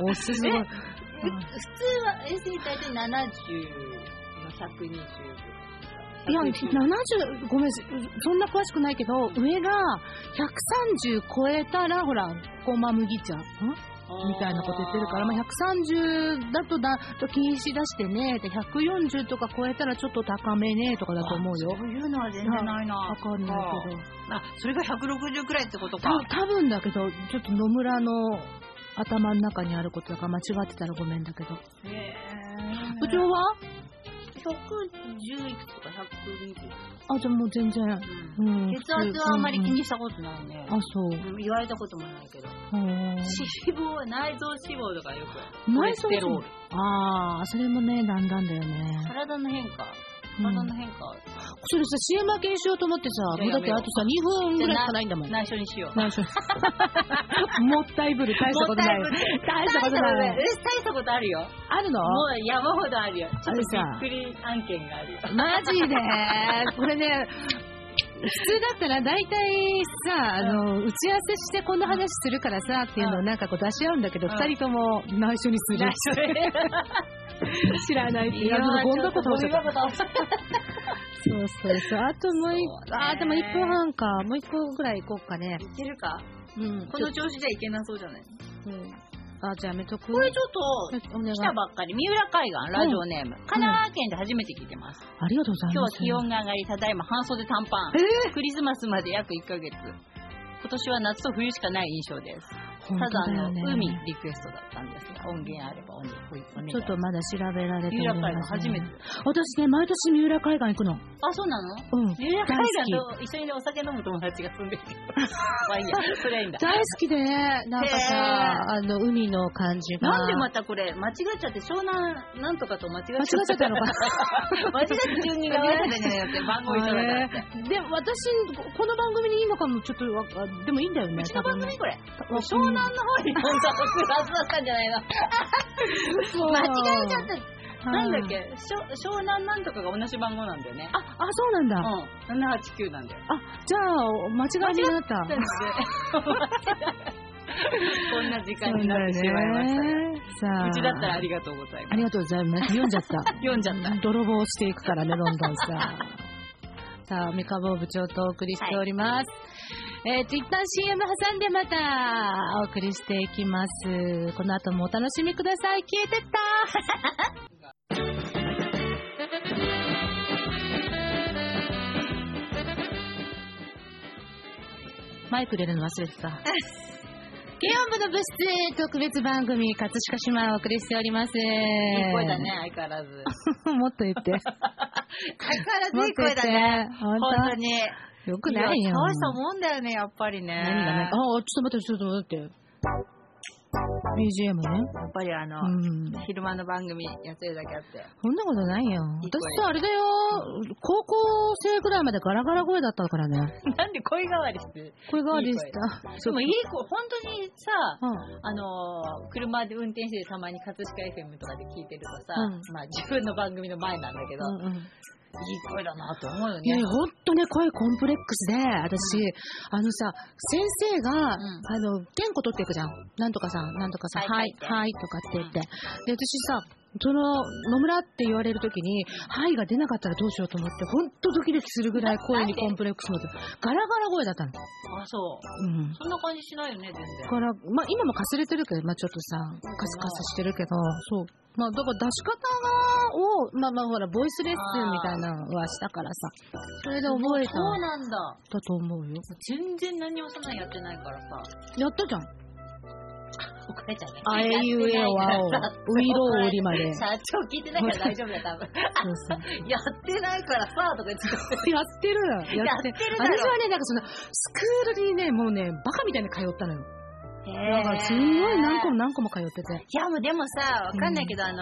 Speaker 1: うんお酢すごい。
Speaker 2: え
Speaker 1: うん
Speaker 2: 普通は衛生大体70の120ぐら
Speaker 1: いや、
Speaker 2: い。
Speaker 1: 70、ごめん、そんな詳しくないけど、上が130超えたら、ほら、ごま麦茶。んみたいなこと言ってるから、まあ、130だとだと禁止出してねで140とか超えたらちょっと高めねとかだと思うよ
Speaker 2: そういうのは全然ないな。
Speaker 1: わかんないけど
Speaker 2: あ、それが160くらいってことか。
Speaker 1: た多分だけどちょっと野村の頭の中にあることだから間違ってたらごめんだけど
Speaker 2: へえ。
Speaker 1: 部長は
Speaker 2: 110いくつとか120いくつ
Speaker 1: あじゃあもう全然うん
Speaker 2: 血圧はあんまり気
Speaker 1: うん
Speaker 2: にしたことないね。
Speaker 1: あそう
Speaker 2: うん言われたこともないけど。
Speaker 1: うん
Speaker 2: 脂肪、内臓脂肪とかよく。
Speaker 1: 内臓
Speaker 2: コレステ
Speaker 1: 脂肪
Speaker 2: ロール
Speaker 1: ああそれもねだんだんだよね
Speaker 2: 体の変化。
Speaker 1: うん
Speaker 2: 体の変化。
Speaker 1: それさ CM 明けにしようと思ってさもうだってあとさ2分ぐらいしかないんだもん
Speaker 2: 内緒にしよう。
Speaker 1: 内緒 もったいぶる大したことない
Speaker 2: もったいぶる
Speaker 1: 大したことない
Speaker 2: 大したことあるよ。
Speaker 1: あるの
Speaker 2: もう山ほどあるよ。ちょっと
Speaker 1: あ
Speaker 2: び
Speaker 1: れさ
Speaker 2: っくり案件があるよ。
Speaker 1: マジでこれね普通だったら大体さあの打ち合わせしてこんな話するからさっていうのをなんかこう出し合うんだけど
Speaker 2: うん
Speaker 1: 二人とも内緒にする知らないってい
Speaker 2: いや
Speaker 1: うゴミ箱
Speaker 2: ちょ
Speaker 1: 倒
Speaker 2: っ
Speaker 1: し
Speaker 2: と
Speaker 1: ちゃったそうそうそうあともう一
Speaker 2: そう
Speaker 1: 個
Speaker 2: ね
Speaker 1: あでも1分半かもう1個ぐらい行こうかね
Speaker 2: いけるか
Speaker 1: うん
Speaker 2: この調子じゃいけなそうじゃない
Speaker 1: うんあじゃあやめとく
Speaker 2: これちょっ
Speaker 1: お願い
Speaker 2: と、来たばっかり、三浦海岸、ラジオネーム、神奈川県で初めて聞いてます。
Speaker 1: ありがとうござい
Speaker 2: 今日
Speaker 1: ま
Speaker 2: は
Speaker 1: す
Speaker 2: 気温が上がり、ただいま半袖短パン。
Speaker 1: え
Speaker 2: クリスマスまで約1ヶ月。今年は夏と冬しかない印象です。た
Speaker 1: 本
Speaker 2: だ
Speaker 1: 当よ
Speaker 2: あ
Speaker 1: ね
Speaker 2: の、海リクエストだったんですが、音源あればお願いお願い
Speaker 1: ちょっとまだ調べられて
Speaker 2: 三
Speaker 1: ない
Speaker 2: 浦海岸初めて。
Speaker 1: 私ね、毎年三浦海岸行くの。
Speaker 2: あ、そうなの
Speaker 1: うん。
Speaker 2: 三浦海岸と一緒にお酒飲む友達が住 んでるけど。まあいいや、それはいいんだ。
Speaker 1: 大好きでね、なんか
Speaker 2: へ
Speaker 1: さ、あの、海の感じが。
Speaker 2: なんでまたこれ、間違っちゃって、湘南なんとかと間違っちゃ
Speaker 1: 間違っちゃったのか。
Speaker 2: 間違って順に合わせてんじゃなくて、番 号一緒だから。
Speaker 1: でも私、この番組にいいのかも、ちょっとわか、でもいいんだよね。
Speaker 2: うちの番組これ。
Speaker 1: 多分ね
Speaker 2: 湘南の方に本当は複雑だったんじゃないの
Speaker 1: そう
Speaker 2: 間違えちゃった。なんだっけ
Speaker 1: はい
Speaker 2: 湘湘南なんとかが同じ番号なんだよね。
Speaker 1: あ、あ、そうなん
Speaker 2: う
Speaker 1: だ。
Speaker 2: ん。789なんだよ。
Speaker 1: あ、じゃあ、間違いになった
Speaker 2: な。ので、 こんな時間になってしまいまし
Speaker 1: そう
Speaker 2: たが。
Speaker 1: だよねさあ。
Speaker 2: うちだったらありがとうございま
Speaker 1: あ
Speaker 2: す。
Speaker 1: りがとうございます。読んじゃった。
Speaker 2: 読んじゃった。
Speaker 1: 泥棒していくからね、どんどんさ。 さあ、メカボー部長とお送りしております。えっ、と、一旦 CM 挟んでまたお送りしていきます。この後もお楽しみください。消えてった マイク入れるの忘れてた。軽音部の部室特別番組、葛飾島をお送りしております。い
Speaker 2: い
Speaker 1: い
Speaker 2: い 声だね、。相変わらず。
Speaker 1: もっと言って。
Speaker 2: 相変わら
Speaker 1: もっ
Speaker 2: ずいい
Speaker 1: と言
Speaker 2: 声
Speaker 1: っ
Speaker 2: だ
Speaker 1: て
Speaker 2: ね。。
Speaker 1: 本
Speaker 2: 本当
Speaker 1: 当
Speaker 2: に。
Speaker 1: よくない
Speaker 2: や
Speaker 1: よ。
Speaker 2: 大したもんだよね、やっぱりね。
Speaker 1: 何がね。あ、ちょっと待って、ちょっと待って。BGM ね。
Speaker 2: やっぱりあの、
Speaker 1: うん。
Speaker 2: 昼間の番組やってるだけあって。
Speaker 1: そんなことないよ。
Speaker 2: いい声
Speaker 1: 私さ、あれだよ。高校生ぐらいまでガラガラ声だったからね。
Speaker 2: なんで声変わりしてる
Speaker 1: 声変わりした。
Speaker 2: でもいい子、本当にさ、
Speaker 1: うん。
Speaker 2: あのー車で運転してたまに葛飾 FM とかで聞いてるとさ、
Speaker 1: うん
Speaker 2: まあ自分の番組の前なんだけど、
Speaker 1: うんうん
Speaker 2: いい声だなと思うよ
Speaker 1: いや
Speaker 2: ね
Speaker 1: いや、。ほんとね、声コンプレックスで、私、あのさ、先生が、
Speaker 2: ん
Speaker 1: あの、点呼取っていくじゃん。なんとかさん、なんとかさん、
Speaker 2: は
Speaker 1: はいい、
Speaker 2: はい
Speaker 1: はい、とかって言って。で、私さ、その、野村って言われるときに、はいが出なかったらどうしようと思って、ほんとドキドキするぐらい声にコンプレックス持って、ガラガラ声だったの。
Speaker 2: あ、そう。
Speaker 1: うん。
Speaker 2: そんな感じしないよね、全然。
Speaker 1: だから、まあ今もかすれてるけど、まあちょっとさ、カスカスしてるけど、そう。まあだから出し方を、まあまあほら、ボイスレッスンみたいなのはしたからさ、それで覚えた
Speaker 2: そうんなんだ。
Speaker 1: だと思うよ。
Speaker 2: 全然何もそんなんやってないからさ、
Speaker 1: やったじゃん。
Speaker 2: 怒られちゃうね。
Speaker 1: あえ いうえお あお、ういろうおり まで。
Speaker 2: 社長聞いてないから大丈夫だよ、多分。
Speaker 1: そうそう。
Speaker 2: やってないからさ、とか言って た。
Speaker 1: やってるな。やって
Speaker 2: やってるだろ
Speaker 1: 私はね、なんかその、スクールにね、もうね、バカみたいに通ったのよ。だからすごい何個も何個も通ってて。
Speaker 2: いや、もうでもさ、わかんないけど、あの、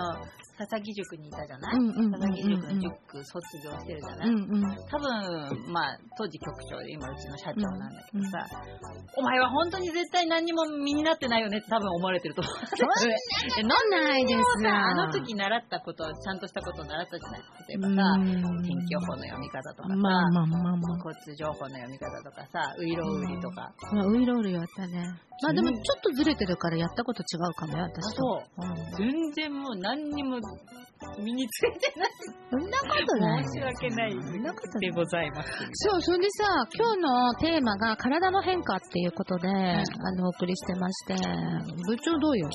Speaker 2: 佐々木塾にいたじゃない、
Speaker 1: うんうんうんうん
Speaker 2: 佐々木塾の塾卒業してるじゃない、
Speaker 1: うんうん。
Speaker 2: 多分、まあ、当時局長で今うちの社長なんだけどさ、お前は本当に絶対何にも身になってないよねって多分思われてると思う。えなん
Speaker 1: なんないで
Speaker 2: でも
Speaker 1: す
Speaker 2: さ、
Speaker 1: よ。
Speaker 2: あの時習ったこと、ちゃんとしたことを習ったじゃない例えばさ、
Speaker 1: うん
Speaker 2: 天気予報の読み方とかさ、
Speaker 1: まあまあまあまあ。
Speaker 2: 交通情報の読み方とかさ、ういろうりとか、
Speaker 1: まあ、ウイロールやったね。まあでもちょっとずれてるからやったこと違うかもよ、
Speaker 2: あ
Speaker 1: 私と。
Speaker 2: と、全然もう何にも身についてない。
Speaker 1: そんなことない。
Speaker 2: 申し訳ない
Speaker 1: そんなことな
Speaker 2: で
Speaker 1: い。
Speaker 2: ございます。
Speaker 1: そう、それでさ、今日のテーマが体の変化っていうことで、あの、お送りしてまして、部長どうよ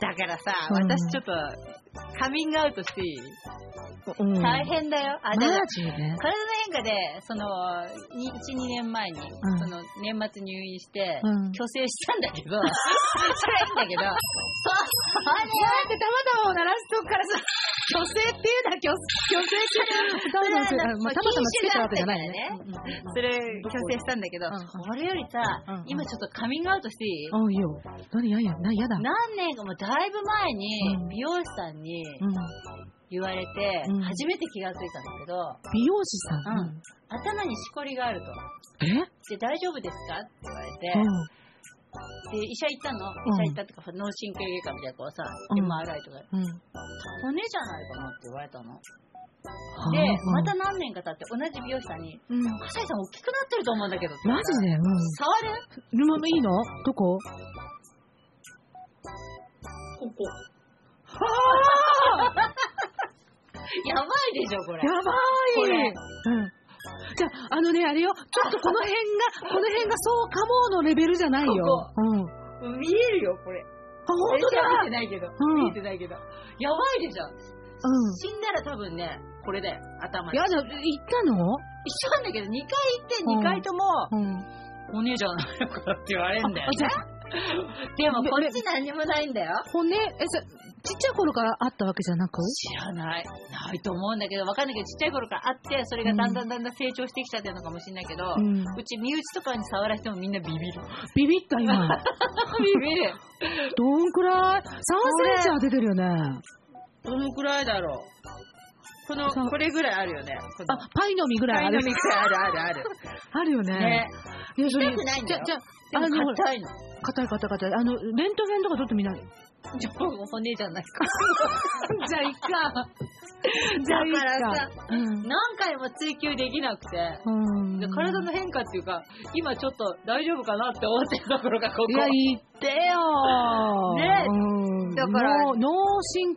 Speaker 2: だからさ、
Speaker 1: うん
Speaker 2: 私ちょっと、カミングアウトしていい、
Speaker 1: うん。
Speaker 2: 大変だよ。あ、
Speaker 1: マ
Speaker 2: だから
Speaker 1: ジで
Speaker 2: 体の変化で、その、1、2年前に、
Speaker 1: ん
Speaker 2: その、年末入院して、
Speaker 1: うん。
Speaker 2: 虚勢したんだけど、 それはいいんだけど、そう、あれ
Speaker 1: って玉玉を鳴らすとこからさ、虚勢っていうな、虚勢っていう玉玉
Speaker 2: そうなん
Speaker 1: ま
Speaker 2: だ
Speaker 1: あ、玉玉つけたわけじゃないよね。
Speaker 2: それ、強制したんだけど、
Speaker 1: うんうん
Speaker 2: 俺よりさ
Speaker 1: うんうん、
Speaker 2: 今ちょっとカミングアウトしていい
Speaker 1: あ、いいよ。何やや、な、やだ。
Speaker 2: 何年かもうだいぶ前に
Speaker 1: うん
Speaker 2: 美容師さんに
Speaker 1: うん。
Speaker 2: 言われて
Speaker 1: うん
Speaker 2: 初めて気がついたんだけど
Speaker 1: 美容師さん。
Speaker 2: うん頭にしこりがあると
Speaker 1: え
Speaker 2: で大丈夫ですかって言われて、
Speaker 1: うん。
Speaker 2: で医者行ったの
Speaker 1: ん
Speaker 2: 医者行ったとか脳神経外科みたいなこうさ、
Speaker 1: うん
Speaker 2: MRI とか
Speaker 1: うん。
Speaker 2: 骨じゃないかなって言われたの
Speaker 1: は
Speaker 2: で
Speaker 1: あ
Speaker 2: また、何年か経って同じ美容師さんに
Speaker 1: うん。
Speaker 2: 「笠井さん大きくなってると思うんだけど」って言わ
Speaker 1: マ
Speaker 2: れ
Speaker 1: ジ
Speaker 2: た
Speaker 1: でうん。ルマ
Speaker 2: 触る
Speaker 1: ムいいのどこ
Speaker 2: ここやばいでしょこれ
Speaker 1: やば
Speaker 2: こ
Speaker 1: い
Speaker 2: れ
Speaker 1: うん。じゃあ、あのね、あれよ、ちょっとこの辺が、この辺がそうかものレベルじゃないよ。
Speaker 2: こ
Speaker 1: うん。あ、
Speaker 2: 見えるよこれ
Speaker 1: 本当だ
Speaker 2: 見てないけ
Speaker 1: う
Speaker 2: ど、
Speaker 1: ん
Speaker 2: 見えてないけど。やばいでしょ。
Speaker 1: うん。
Speaker 2: 死んだら多分ね、これだよ、頭
Speaker 1: い
Speaker 2: に。
Speaker 1: やだ、行ったの
Speaker 2: 一緒なんだけど、2回行って、
Speaker 1: うん
Speaker 2: 2回とも、
Speaker 1: うん。
Speaker 2: お姉ちゃんなのかって言われるんだよ
Speaker 1: あ、。じゃあ、
Speaker 2: でも、
Speaker 1: め
Speaker 2: こっち何にもないんだよ。
Speaker 1: 骨、え、さ、ちっちゃい頃からあったわけじゃなく
Speaker 2: 知らない。ないと思うんだけど、わかんないけど、ちっちゃい頃からあって、それがだんだんだんだん成長してきちゃってるのかもしれないけど、う
Speaker 1: うん。
Speaker 2: ち身内とかに触らせてもみんなビビる。
Speaker 1: ビビった今。
Speaker 2: ビビる。
Speaker 1: どんくらい ?3 センチは出てるよね。
Speaker 2: どのくらいだろう。この
Speaker 1: そう
Speaker 2: れぐらいあるよね。こ
Speaker 1: あ、パイの実ぐらいある。
Speaker 2: らいあるあるある。
Speaker 1: あるよね。
Speaker 2: ね。
Speaker 1: いや、それ
Speaker 2: 痛くないん
Speaker 1: じ
Speaker 2: だ
Speaker 1: ゃ
Speaker 2: よ、
Speaker 1: じゃ
Speaker 2: で
Speaker 1: あ、
Speaker 2: も
Speaker 1: あの、ほら
Speaker 2: 硬いの。
Speaker 1: 硬い硬い硬い。あの、レントゲンとか撮ってみない
Speaker 2: じゃあ、骨じゃないか。
Speaker 1: じゃあ、いっか。
Speaker 2: じゃあいっかだからさ
Speaker 1: うん。
Speaker 2: 何回も追求できなくて。で体の変化っていうか、今ちょっと大丈夫かなって思ってるところがここ。
Speaker 1: いや、言ってよ
Speaker 2: ね
Speaker 1: うん
Speaker 2: だから
Speaker 1: 脳脳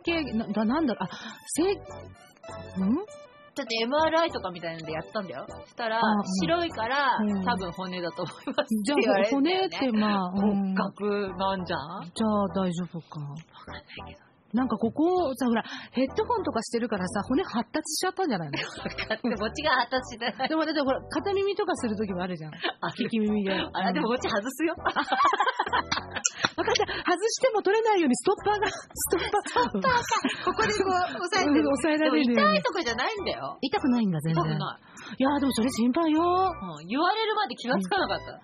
Speaker 1: 神経、な、だなんだろう、あ、せ、ん
Speaker 2: だ って MRI とかみたいなのでやったんだよ。したら
Speaker 1: うん、
Speaker 2: 白いから、
Speaker 1: うん
Speaker 2: 多分骨だと思います。
Speaker 1: じゃ
Speaker 2: って言われ
Speaker 1: あ、
Speaker 2: るんだよ
Speaker 1: 骨
Speaker 2: ね
Speaker 1: ってまあ、うん
Speaker 2: 骨
Speaker 1: じ
Speaker 2: 格なんじゃん
Speaker 1: ゃあ大丈夫か。なんかここ、さ、ほら、ヘッドホンとかしてるからさ、骨発達しちゃったんじゃない の
Speaker 2: だってこっちが発 達してない。
Speaker 1: で もだってほら、片耳とかするときもあるじゃん。
Speaker 2: あ
Speaker 1: 利き耳で。
Speaker 2: あれ、でもこっち外すよ。
Speaker 1: 分かった。外しても取れないよう にストッパーが、ストッパー。
Speaker 2: ここでこう、押さえてる。
Speaker 1: うん押さえられる
Speaker 2: で
Speaker 1: よう
Speaker 2: も
Speaker 1: に
Speaker 2: 痛いとかじゃないんだよ。
Speaker 1: 痛くないんだ、全
Speaker 2: 痛く
Speaker 1: 然。
Speaker 2: ない
Speaker 1: やーでもそれ心配よ。
Speaker 2: い。うん言われるまで気がつかなかった。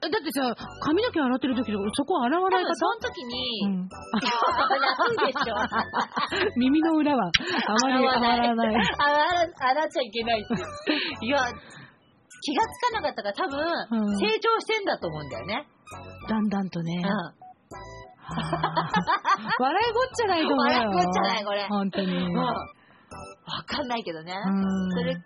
Speaker 1: だってさ、髪の毛洗ってる時とかそこ洗わ
Speaker 2: 多
Speaker 1: ない
Speaker 2: 分
Speaker 1: 方
Speaker 2: その時
Speaker 1: う
Speaker 2: に、
Speaker 1: ん
Speaker 2: 洗うでしょ。
Speaker 1: 耳の裏はあまり 洗わない。
Speaker 2: 洗わ洗っちゃいけないっていう。いや、気がつかなかったから多分、
Speaker 1: うん
Speaker 2: 成長してんだと思うんだよね。
Speaker 1: だんだんと ね。
Speaker 2: うん。
Speaker 1: はあ笑いごっちゃないと思うよ。
Speaker 2: 笑いごっちゃないこれ
Speaker 1: 本当に。
Speaker 2: うんわかんないけどね。
Speaker 1: うん
Speaker 2: それか、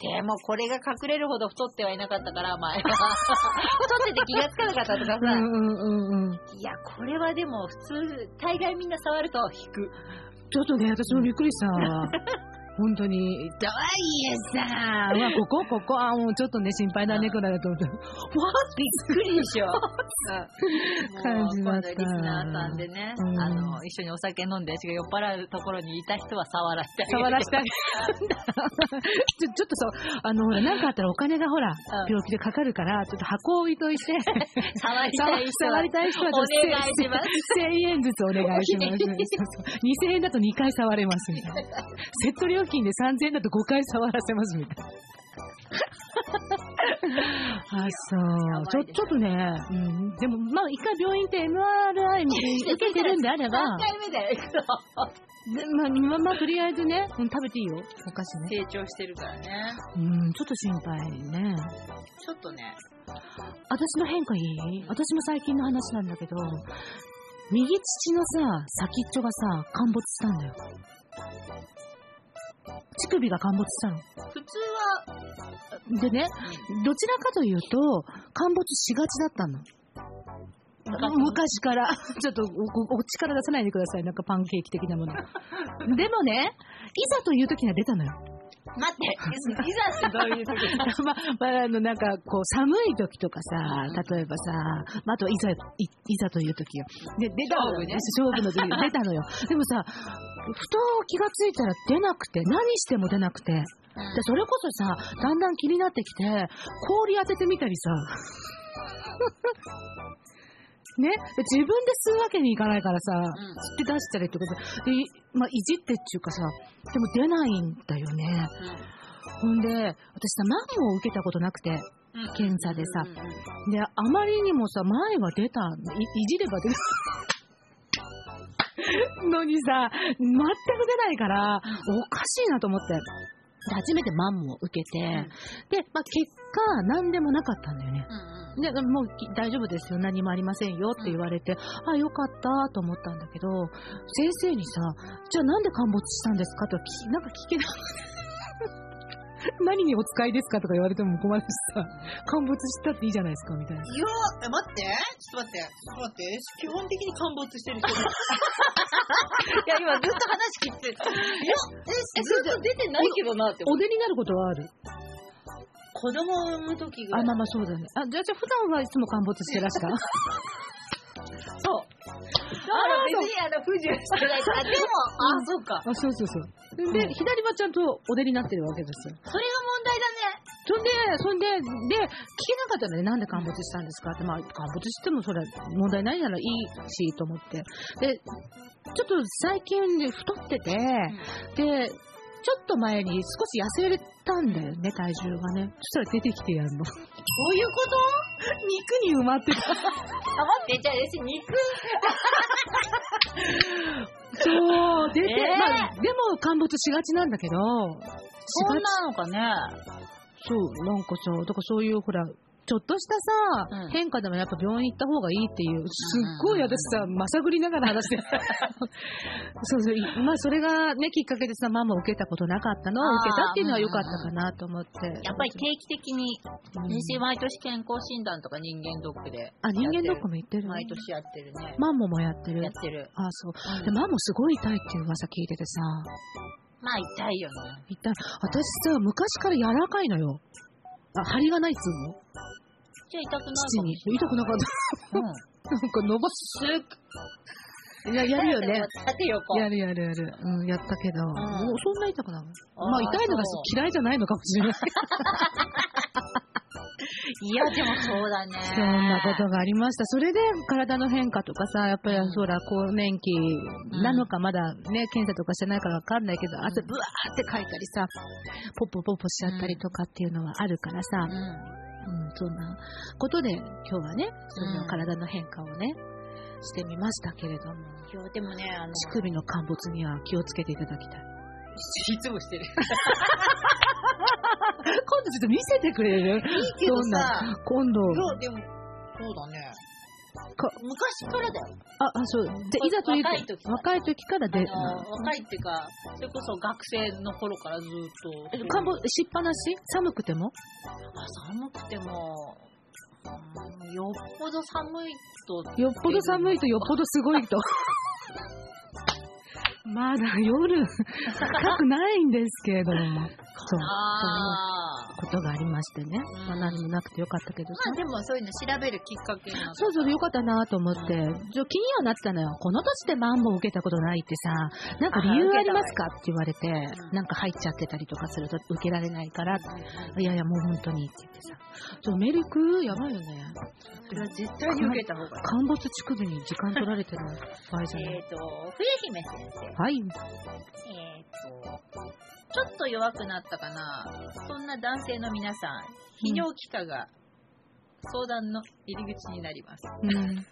Speaker 2: でもこれが隠れるほど太ってはいなかったから、前は。太ってて気がつかなかったとか
Speaker 1: う
Speaker 2: さ。
Speaker 1: んうんうんうん。
Speaker 2: いや、これはでも普通、大概みんな触ると引く。
Speaker 1: ちょっとね、私もびっくり した。本当に。とはいえさ、うわ、ここ、ここ、あ、もうちょっとね、心配だね、くらいだと思って。わーびっくり
Speaker 2: で しょ。
Speaker 1: 感じました
Speaker 2: 今度リスナーさんでね、
Speaker 1: うん
Speaker 2: あの、一緒にお酒飲んで、私が酔っ払うところにいた人は触らせてあげる。
Speaker 1: 触らせてあげるん だちょ、ちょっとそう、あの、ほら、なんかあったらお金がほら、病気でかかるから、ちょっと箱を置いといて、
Speaker 2: 触りたい人は
Speaker 1: 触りたい人は、
Speaker 2: お願いします。
Speaker 1: 1000円ずつお願いします。
Speaker 2: お願い
Speaker 1: そうそう2000円だと2回触れますみたいな。セット料金で3000円だと5回触らせますみたいな。あ、そう。ちょ、ちょっとね、うん、でも、まあ、一回病院って MRI 受けてるんであれば、
Speaker 2: 3回目だよ、行くと。
Speaker 1: でまあ、まあまあ、とりあえずね、うん食べていいよ。お菓子ね。
Speaker 2: 成長してるからね。
Speaker 1: うん、ちょっと心配ね。
Speaker 2: ちょっとね、
Speaker 1: 私の変化いい私も最近の話なんだけど、右乳のさ、先っちょがさ、陥没したんだよ。乳首が陥没したの。
Speaker 2: 普通は、
Speaker 1: でね、どちらかというと、陥没しがちだったの。昔から、ちょっとおおお力出さないでください。なんかパンケーキ的なもの。でもね、いざという時には出たのよ。
Speaker 2: 待って、いざってどうい う時
Speaker 1: まあ、まあ、あの、なんか、こう、寒い時とかさ、例えばさ、まあ、あと、いざ、いいざという時よ。で、出たの
Speaker 2: 勝負ね
Speaker 1: 勝負の時に出たのよ。でもさ、ふと気がついたら出なくて、何しても出なくて。で、それこそさ、だんだん気になってきて、氷当ててみたりさ。 ね、で自分で吸うわけにいかないからさ、
Speaker 2: うん
Speaker 1: 吸って出したりとかで、でいまあ、いじってっていうかさ、でも出ないんだよね。ほんで、私さ、マンを受けたことなくて、
Speaker 2: うん
Speaker 1: 検査でさ
Speaker 2: うん、うんうん
Speaker 1: で、あまりにもさ、前は出たんだ、いいじれば出たのにさ、全く出ないから、おかしいなと思って。で初めてマンモを受けて、で、まあ、結果、何でもなかったんだよね。
Speaker 2: うん
Speaker 1: で、もうき大丈夫ですよ、何もありませんよって言われて、あ、よかったと思ったんだけど、先生にさ、じゃあなんで陥没したんですかとき、なんか聞けな 何にお使いですかとか言われても困るしさ、陥没したっていいじゃないですかみたいな。
Speaker 2: いや、え待って、ちょっと待って、ちょっと待って、基本的に陥没してる 人。いや、今ずっと話聞いてる。いや、え、ずっと出てないけどなって
Speaker 1: お出になることはある
Speaker 2: 子供を産む時ぐ
Speaker 1: あ、
Speaker 2: らい。
Speaker 1: まあまあそうだね。あ、じゃあじゃあ普段はいつも陥没してらした
Speaker 2: そう。あら、別にあの、不自由してないから。でも、あ、そうか。
Speaker 1: あ、そうそうそう。で、
Speaker 2: うん
Speaker 1: 左はちゃんとお出になってるわけですよ。
Speaker 2: それが問題だね。
Speaker 1: そんで、そんで、で、聞けなかったので、なんで陥没したんですかって、まあ、陥没してもそれ問題ないならいいし、と思って。で、ちょっと最近ね太ってて、で、ちょっと前に少し痩せれたんだよね、体重がね。そしたら出てきてや んの。
Speaker 2: そういうこと
Speaker 1: 肉に埋まってた。
Speaker 2: あ、待って、じゃあ、私、肉。
Speaker 1: そう、出て、
Speaker 2: えー
Speaker 1: まあ、でも陥没しがちなんだけど、しがち
Speaker 2: なのかね。
Speaker 1: そう、なんかさ、だからそういうほら、ちょっとしたさ、
Speaker 2: うん
Speaker 1: 変化でもやっぱ病院行った方がいいっていう、すっごい私さ、まさぐりながら話し てる。そうそう、いまあそれがね、きっかけでさ、ママ受けたことなかったのを
Speaker 2: あー
Speaker 1: 受けたっていうのは良かったかなと思って。
Speaker 2: やっぱり定期的に、
Speaker 1: うん
Speaker 2: 私毎年健康診断とか人間ドックで。
Speaker 1: あ、人間ドック
Speaker 2: も
Speaker 1: も行ってる
Speaker 2: 毎年やってるね。
Speaker 1: マンモもやってる
Speaker 2: やっ。てる。
Speaker 1: あ、そう。で、マンモすごい痛いっていう噂聞いててさ、
Speaker 2: まあ、痛いよね。
Speaker 1: 痛い。私さ、昔から柔らかいのよ。あ、張りがないっつうの
Speaker 2: じゃあ痛くない
Speaker 1: 父に。痛くなかった。
Speaker 2: う ん
Speaker 1: なんか伸ばす。いや、やるよね。
Speaker 2: 縦横。
Speaker 1: やるやるやる。うん、やったけど、もうそんな痛くない。
Speaker 2: あー
Speaker 1: まあ痛いのが
Speaker 2: そう
Speaker 1: 嫌いじゃないのかもしれない。
Speaker 2: いや、でもそうだね。
Speaker 1: そんなことがありました。それで体の変化とかさ、やっぱりほら、更年期なのかまだね、検査とかしてないからわかんないけど、汗ブワーってかいたりさ、ポッポポッポしちゃったりとかっていうのはあるからさ、うん、そんなことで今日はね、その体の変化をね、してみましたけれども、
Speaker 2: うん。いや、でもね、あの、
Speaker 1: 乳首の陥没には気をつけていただきたい。
Speaker 2: いつもしてる。
Speaker 1: 今度ちょっと見せてくれる
Speaker 2: いいけどさ、
Speaker 1: 今度、
Speaker 2: いや、でも、そうだね。
Speaker 1: か
Speaker 2: 昔からだよ。
Speaker 1: あ、あ、そう、で、いざという
Speaker 2: 若い時から
Speaker 1: 若い時からで、
Speaker 2: あの若いっていうか、それこそ学生の頃からずっと。
Speaker 1: え陥没しっぱなし寒くても
Speaker 2: あ寒くても、うんよっぽど寒いと。
Speaker 1: よっぽど寒いとよっぽどすごいと。 まだ夜、高くないんですけれど も。そう、
Speaker 2: ああ。
Speaker 1: ことがありましてね。まあ何もなくてよかったけど
Speaker 2: ま
Speaker 1: さ
Speaker 2: あ。でもそういうの調べるきっかけになった
Speaker 1: そうそう、よかったなと思って。じゃあ気にはなってたのよ。この年でマンボウ受けたことないってさ、なんか理由ありますかって言われて、なんか入っちゃってたりとかすると受けられないから、いやいやもう本当にって言ってさ。ちょ、メルク、やばいよね。
Speaker 2: それは絶対に受けた方がいい。
Speaker 1: 陥没乳首に時間取られてる場合じゃな
Speaker 2: え
Speaker 1: い。
Speaker 2: っ、と、冬姫先生。
Speaker 1: はい。
Speaker 2: えっ、と、ちょっと弱くなったかな。そんな男性の皆さん、泌尿器科が相談の入り口になります。
Speaker 1: うん。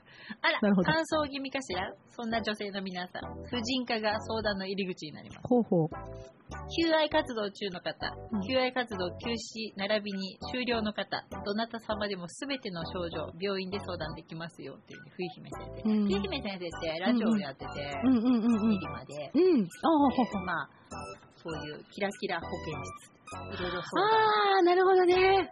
Speaker 2: あら、
Speaker 1: なるほど
Speaker 2: 乾燥気味かしらそんな女性の皆さん、婦人科が相談の入り口になります。
Speaker 1: 広報。
Speaker 2: 求愛活動中の方
Speaker 1: うん、
Speaker 2: 求愛活動休止並びに終了の方、どなた様でも全ての症状、病院で相談できますよっていうね、冬姫先生。
Speaker 1: うん
Speaker 2: 冬姫先生ってラジオをやってて、
Speaker 1: うんうんうんうん
Speaker 2: 練。馬で、
Speaker 1: うん。ああ、ほうほう。
Speaker 2: まあ、そういうキラキラ保健室、いろいろ相談
Speaker 1: ああ、なるほどね。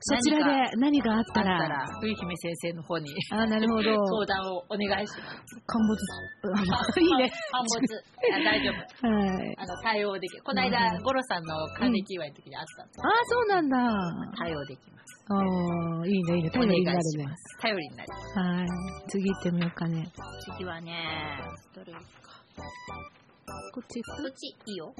Speaker 1: そちらで何があっ
Speaker 2: あ
Speaker 1: た
Speaker 2: った
Speaker 1: ら。
Speaker 2: ら、冬姫先生の方に
Speaker 1: ああ、なるほど。
Speaker 2: 相談をお願いします。
Speaker 1: 陥没。いいね。
Speaker 2: あ。陥没。あ大丈夫。
Speaker 1: はい。
Speaker 2: あの、対応できる。この
Speaker 1: なる
Speaker 2: 間
Speaker 1: ほ、ど
Speaker 2: ゴロさんの還暦祝いの時にあったんです
Speaker 1: ああ、そうなんだ。
Speaker 2: 対応できます。
Speaker 1: ああ、いいね、いいね。
Speaker 2: お願い
Speaker 1: に
Speaker 2: し
Speaker 1: な
Speaker 2: ま
Speaker 1: る
Speaker 2: す
Speaker 1: ね。。
Speaker 2: 頼りになる。
Speaker 1: はい。次行ってみようかね。
Speaker 2: 次はね、どれか。
Speaker 1: こっち
Speaker 2: そっちいいよ。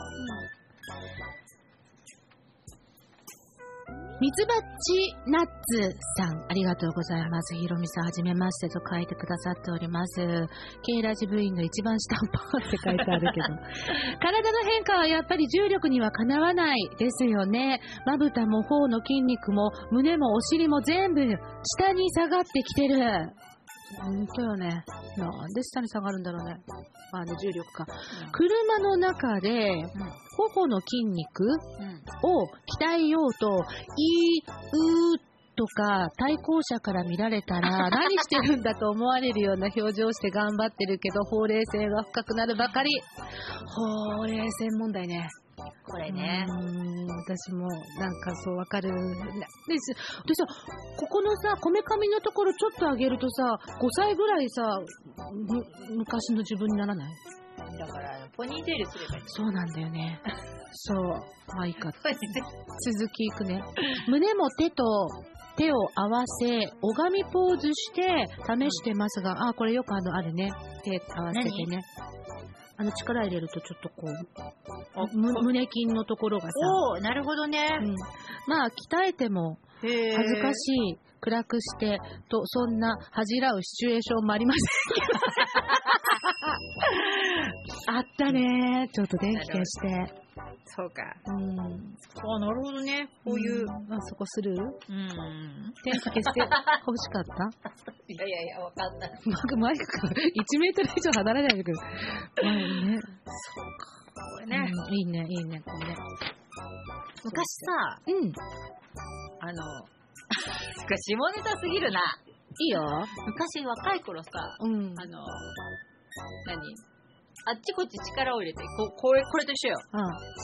Speaker 1: ミツバチナッツさん、ありがとうございます。ひろみさん、はじめましてと書いてくださっております。K ラジ部員の一番下のパーって書いてあるけど。 体の変化はやっぱり重力にはかなわないですよね。まぶたも頬の筋肉も胸もお尻も全部下に下がってきてる。本当よね。なんで下に下がるんだろうね。まあね、重力か。車の中で、頬の筋肉
Speaker 2: うん。うん。
Speaker 1: を鍛えようと、いいうとか、対向車から見られた ら、何してるんだと思われるような表情をして頑張ってるけど、ほうれい線は深くなるばかり。ほうれい線問題ね。
Speaker 2: これね
Speaker 1: う。ーん私もなんかそうわかる。なでしでさ、ここのさ、こめかみのところちょっと上げるとさ、5歳ぐらいさ、む昔の自分にならない
Speaker 2: だから、ポニーテールすればいい。
Speaker 1: そうなんだよね。そう。まあいいか。
Speaker 2: ポニーテール
Speaker 1: 続きいくね。胸も手と手を合わせ、拝みポーズして試してますが、あ、これよくあの、あるね。手合わせてね。あの、力入れるとちょっとこ
Speaker 2: あ
Speaker 1: う、む胸筋のところがさ、
Speaker 2: おー、なるほどね。
Speaker 1: うん、まあ、鍛えても
Speaker 2: 恥ず
Speaker 1: 恥ずかしい、暗くして、と、そんな恥じらうシチュエーションもありま せん。あったね。ちょっと電気消して。
Speaker 2: そうか。
Speaker 1: うん。
Speaker 2: あ、なるほどね。こういう。
Speaker 1: んあそこスルー
Speaker 2: うん。
Speaker 1: 電気消して欲しかった
Speaker 2: いやいやいや、わかった。
Speaker 1: マイク、マイクから1メートル以上離れないでくる。まあね。
Speaker 2: これね。
Speaker 1: うんいいね、いいね、これね。
Speaker 2: 昔さ、
Speaker 1: うん。い
Speaker 2: あの、 下ネタすぎるな。
Speaker 1: いよ。
Speaker 2: 昔若い頃さ、
Speaker 1: うん。
Speaker 2: あの、何あっちこっち力を入れて、ここれ、これと一緒よ。
Speaker 1: あ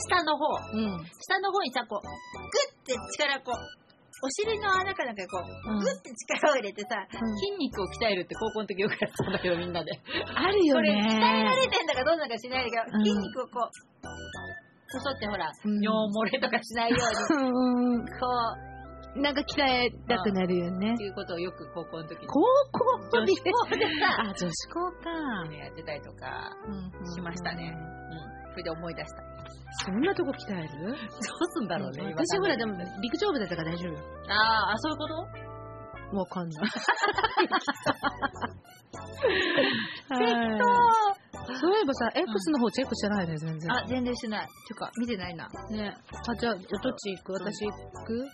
Speaker 2: 下の方。
Speaker 1: うん。
Speaker 2: 下の方にさ、こう、グッて力こう、お尻の穴かなんかにこう、
Speaker 1: うん
Speaker 2: グッて力を入れてさ、
Speaker 1: うん
Speaker 2: 筋肉を鍛えるって高校の時よくやってたんだけど、みんなで。
Speaker 1: あるよ
Speaker 2: これ、鍛えら
Speaker 1: ね。
Speaker 2: れてんだかどうなのかしないんだけど、
Speaker 1: うん
Speaker 2: 筋肉をこう、こそってほら、
Speaker 1: うん
Speaker 2: 尿漏れとかしないように、
Speaker 1: うん
Speaker 2: こ
Speaker 1: なんか鍛えたくなるよね
Speaker 2: う、って。いうことをよく高校の時に。
Speaker 1: 高校
Speaker 2: 女子校でさ、
Speaker 1: あ、女子校か。
Speaker 2: やってたりとか
Speaker 1: うん
Speaker 2: しましたね。うん。それで思い出した。
Speaker 1: そんなとこ鍛える
Speaker 2: うすんだろうね。
Speaker 1: 私ほら、
Speaker 2: で
Speaker 1: でも、陸上部だったから大丈夫よ。
Speaker 2: あーあ、そういうこと
Speaker 1: わかん ない。
Speaker 2: 適
Speaker 1: そういえばさ、X の方チェックしてないね、全然。
Speaker 2: あ、全然してない。てか、見てないな。
Speaker 1: ね。あ、じゃあ、どっち行く私行く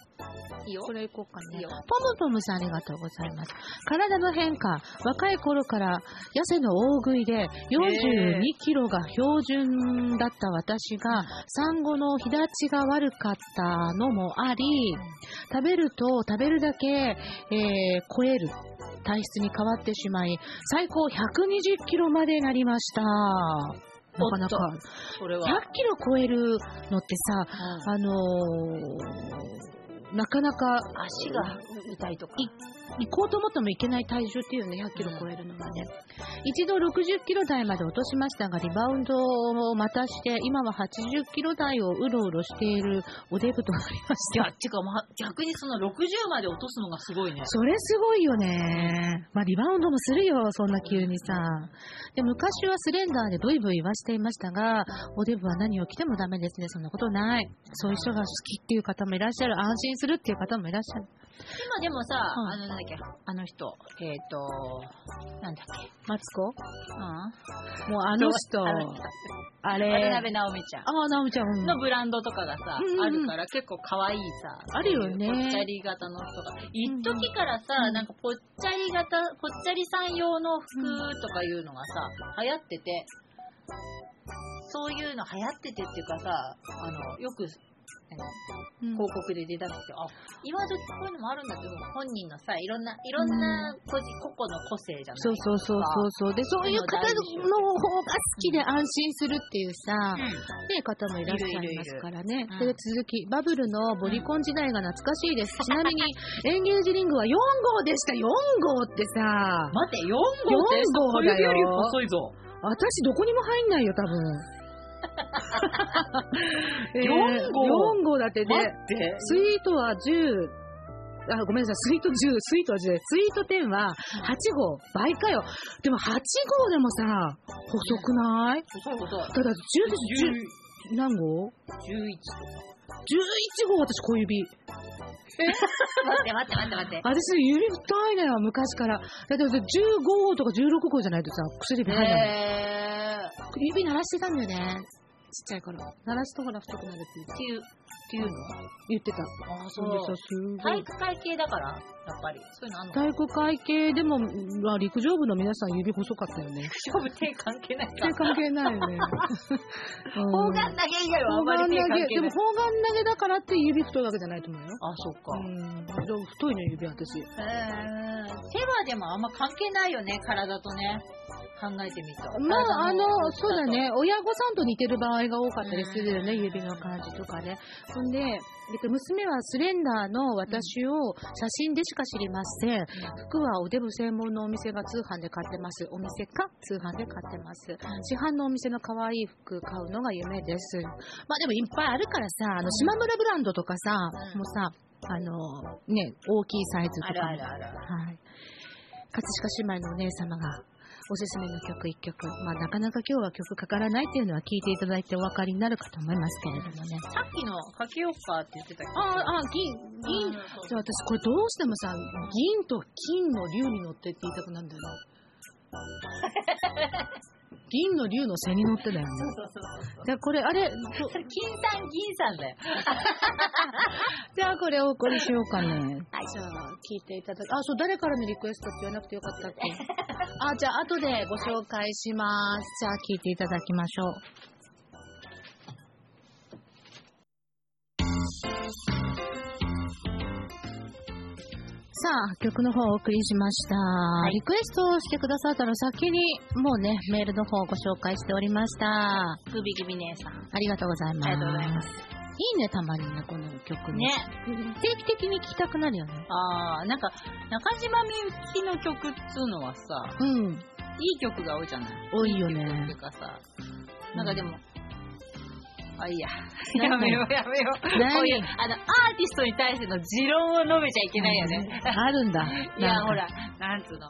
Speaker 2: いいよ
Speaker 1: こ。れ行こうか
Speaker 2: いい
Speaker 1: ね。
Speaker 2: よ
Speaker 1: ポムポムさんありがとうございます。体の変化。若い頃から痩せの大食いで42キロが標準だった私が産後の日立が悪かったのもあり、食べると食べるだけ、えー超える体質に変わってしまい、最高120キロまでなりました。なかなか。
Speaker 2: おそれは。
Speaker 1: 100キロ超えるのってさ、あのーなかなか
Speaker 2: 足が痛いとか。
Speaker 1: 行こうと思ってもいけない体重っていうね、100キロ超えるのはね。一度60キロ台まで落としましたが、リバウンドをまたして、今は80キロ台をうろうろしているおデブとなりまし
Speaker 2: い
Speaker 1: た。
Speaker 2: や、てか、ま、逆にその60まで落とすのがすごいね。
Speaker 1: それすごいよね。まあ、リバウンドもするよ、そんな急にさ。で、昔はスレンダーでブイブイ言わしていましたが、おデブは何を着てもダメですね。そんなことない。そういう人が好きっていう方もいらっしゃる。安心するっていう方もいらっしゃる。
Speaker 2: 今でもさ、
Speaker 1: ん
Speaker 2: あの、なんだっけ、あの人、えっ、と、なんだっけ、
Speaker 1: マツコ
Speaker 2: う
Speaker 1: もうあの人、
Speaker 2: あの人
Speaker 1: あ
Speaker 2: ん。
Speaker 1: れ。
Speaker 2: 渡辺直美ちゃん。
Speaker 1: ああ、なおみちゃん。うん
Speaker 2: のブランドとかがさ、
Speaker 1: うんうんうん
Speaker 2: あるから結構可愛いさ。
Speaker 1: あるよね
Speaker 2: ぽっちゃり型の人が。
Speaker 1: ん
Speaker 2: 一時からさ、
Speaker 1: うん
Speaker 2: なんかぽっちゃり型、ぽっちゃりさん用の服とかいうのがさ、流行ってて、そういうの流行っててっていうかさ、あの、よく、
Speaker 1: うん
Speaker 2: 広告で出たんですよ。あ、今時こういうのもあるんだって、もう本人のさ、いろんな、いろんな個人、個々の個性じゃない
Speaker 1: そうそうそうそうそう。で、そういう方の方が好きで安心するっていうさ、
Speaker 2: うん
Speaker 1: っていう方もいらっしゃいますからね。
Speaker 2: いるいる
Speaker 1: それで続き、バブルのボリコン時代が懐かしいです。ちな みに、エンゲージリングは4号でした、4号ってさ、
Speaker 2: 待って、4号って
Speaker 1: 4号だよ
Speaker 2: 小指より細いぞ。
Speaker 1: 私どこにも入んないよ、多 分。
Speaker 2: 4号
Speaker 1: 4号だって
Speaker 2: 待
Speaker 1: ね、
Speaker 2: って。
Speaker 1: スイートは10、あ、ごめんなさい、スイート10、スイートは10、スイート10は8号、倍かよ。でも8号でもさ、細くない
Speaker 2: 細い細い。
Speaker 1: ただ10です、10、何号 ?11
Speaker 2: 11
Speaker 1: 号私小指。
Speaker 2: 待って待って待って待って。
Speaker 1: 私指太いのよ、昔から。だって15号とか16号じゃないとさ、薬指入んないもん、
Speaker 2: えー、っ
Speaker 1: 指鳴らしてたんだよね。ちっちゃい頃。鳴らすとほら太くなるって
Speaker 2: ていう、っていうの
Speaker 1: 言ってた。
Speaker 2: あ、
Speaker 1: そうでさ、すごい。
Speaker 2: 体育会系だから、やっぱり。そういうのあんの
Speaker 1: 体育会系でも、まあ、陸上部の皆さん指細かったよね。
Speaker 2: 勝負手関係ないか
Speaker 1: 手。 関係ない よね。うん
Speaker 2: 砲丸投げ以外はあ
Speaker 1: 砲
Speaker 2: んま
Speaker 1: 丸投
Speaker 2: り手関
Speaker 1: げ。
Speaker 2: 係
Speaker 1: で
Speaker 2: な
Speaker 1: も
Speaker 2: い。
Speaker 1: 砲丸投げだからって指太いわけじゃないと思うよ。
Speaker 2: あ、そっか。
Speaker 1: うん。でも太いね、指私。
Speaker 2: えー手はでもあんま関係ないよね、体とね。考えてみた。
Speaker 1: まあ、あ
Speaker 2: 体
Speaker 1: の
Speaker 2: の、
Speaker 1: そうだ。ね、親御さんと似てる場合が多かったりするよね、指の感じとかね。ほんで、えっと娘はスレンダーの私を写真でしか知りません。服はおデブ専門のお店が通販で買ってます。お店か通販で買ってます。市販のお店の可愛い服買うのが夢です。まあでもいっぱいあるからさ、あの、島村ブランドとかさ、
Speaker 2: うん
Speaker 1: もうさ、あの、ね、大きいサイズ
Speaker 2: あ
Speaker 1: と
Speaker 2: る
Speaker 1: か
Speaker 2: あ
Speaker 1: も
Speaker 2: るある。
Speaker 1: はい。葛飾姉妹のお姉様が、おすすめの曲一曲。まあ、なかなか今日は曲かからないっていうのは聞いていただいてお分かりになるかと思いますけれどもね。
Speaker 2: さっきのかけようかって言ってたけど。
Speaker 1: あ、あ、銀、銀。
Speaker 2: 銀
Speaker 1: そう、私これどうしてもさ、銀と金の竜に乗ってって言いたくなるんだ よな。銀の竜の背に乗ってだよね。
Speaker 2: そうそうそう。
Speaker 1: じゃあこれ、 あれ、
Speaker 2: それ金さん、銀さん だよ。
Speaker 1: じゃあこれお送りしようかね。
Speaker 2: はい。
Speaker 1: じゃあ、聞いていただき、あ、そう、誰からのリクエストって言わなくてよかったっけ あ、じゃあ、後でご紹介します。じゃあ、聞いていただきましょう。さあ、曲の方をお送りしました。
Speaker 2: い
Speaker 1: リクエストをしてくださったの先に、もうね、メールの方をご紹介しておりました。あ
Speaker 2: グビグビ姉さん。
Speaker 1: りがとうございます。。
Speaker 2: ありがとうございます
Speaker 1: いいね、たまにね、この曲
Speaker 2: ね。
Speaker 1: 定期的に聴きたくなるよね。
Speaker 2: ああ、なんか、中島みゆきの曲っつうのはさ、
Speaker 1: うん。
Speaker 2: いい曲が多いじゃない
Speaker 1: 多いよね
Speaker 2: い曲っていうかさ、なんかでも、あ、いいや。
Speaker 1: 何
Speaker 2: やめよう、やめよう。
Speaker 1: 何
Speaker 2: こういうあの、アーティストに対しての持論を述べちゃいけないよね。
Speaker 1: ある んだ。
Speaker 2: いや、ほら、なんつうの。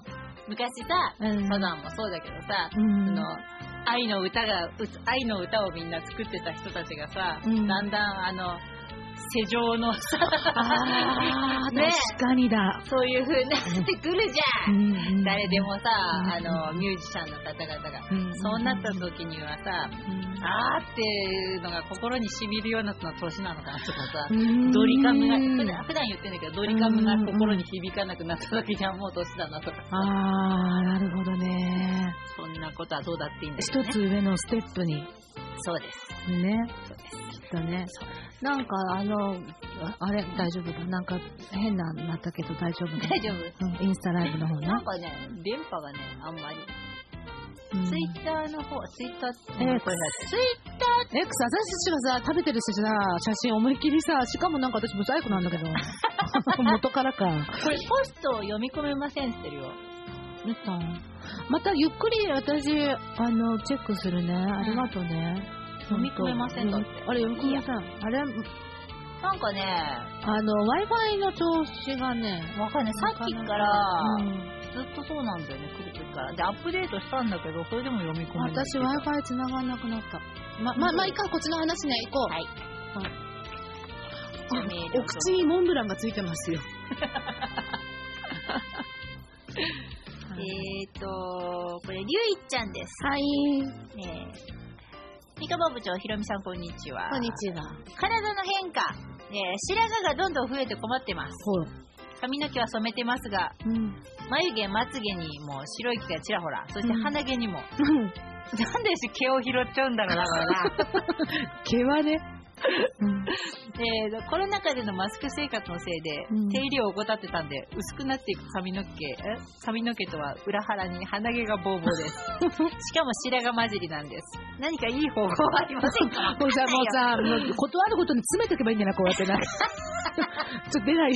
Speaker 2: 昔さ、
Speaker 1: うん。
Speaker 2: サザンもそうだけどさ、
Speaker 1: うん。
Speaker 2: その、愛の歌が、う愛の歌をみんな作ってた人たちがさ、
Speaker 1: うん
Speaker 2: だんだんあの、世情のさ、
Speaker 1: あー、
Speaker 2: ね
Speaker 1: 確かにだ。
Speaker 2: そういう風になってくるじゃん、誰でもさ、
Speaker 1: ん
Speaker 2: あの、ミュージシャンの方々が。そうなった時にはさ、あーっていうのが心に染みるようなその年なのかなとかさ、ドリカムが、普段普段言ってんだけど、ドリカムが心に響かなくなった時にはもう年だなとかさ、
Speaker 1: あー、なるほどね。
Speaker 2: そんなことはどうだっていいんだけど
Speaker 1: 一
Speaker 2: ね。
Speaker 1: つ上のステップに。
Speaker 2: そうです。
Speaker 1: ね。
Speaker 2: そうです。
Speaker 1: きっとね。なんか、あの、ああれ、大丈夫かなんか、変なのなったけど大丈夫
Speaker 2: 大
Speaker 1: ね。
Speaker 2: 丈夫
Speaker 1: うんインスタライブの方
Speaker 2: なん
Speaker 1: な。
Speaker 2: かね、電波がね、あんまり。
Speaker 1: うん
Speaker 2: ツイッターの方、ツイッターって、
Speaker 1: えー
Speaker 2: これだってツイッ
Speaker 1: X、私たちがさ、食べてるしさ、写真思いっきりさ、しかもなんか私ブサイクなんだけ ど。元からか。
Speaker 2: これポストを読み込めませんって言ってるよ。
Speaker 1: 出たまたゆっくり私、あの、チェックするね。ありがとうね。
Speaker 2: 読み込めませんだって
Speaker 1: あれ、読み込めません。あれ、
Speaker 2: なんかね、
Speaker 1: あの、Wi-Fi の調子がね、
Speaker 2: わかんない。さっきから、
Speaker 1: うん
Speaker 2: ずっとそうなんだよね、来る時から。で、アップデートしたんだけど、それでも読み込めない。
Speaker 1: 私 Wi-Fi 繋がんなくなった。ま、ま、まあ、いいか、こっちの話ね、行こう。
Speaker 2: はい。
Speaker 1: あお口にモンブランがついてますよ。
Speaker 2: えーと、これ、りゅういちゃんです。
Speaker 1: はい、
Speaker 2: えー、ミカボ部長、ひろみさん、こんにちは。
Speaker 1: こんにちは。
Speaker 2: 体の変化。えー白髪がどんどん増えて困ってます。
Speaker 1: ほう。
Speaker 2: 髪の毛は染めてますが、
Speaker 1: うん。
Speaker 2: 眉毛、まつげにも白い毛がちらほら、そして鼻毛にも。なんで毛を拾っちゃうんだろうな、こ
Speaker 1: 毛はね。うん。
Speaker 2: れな。えーコロナ禍でのマスク生活のせいで、
Speaker 1: うん
Speaker 2: 手入れを怠ってたんで、薄くなっていく髪の毛、え髪の毛とは裏腹に鼻毛がボーボー です。しかも白髪混じりなんです。何かいい方法はありませんか
Speaker 1: もうさ、もうさ、もう断ることに詰めとけばいいんじゃないこうやって な。ちょっと出 ないよ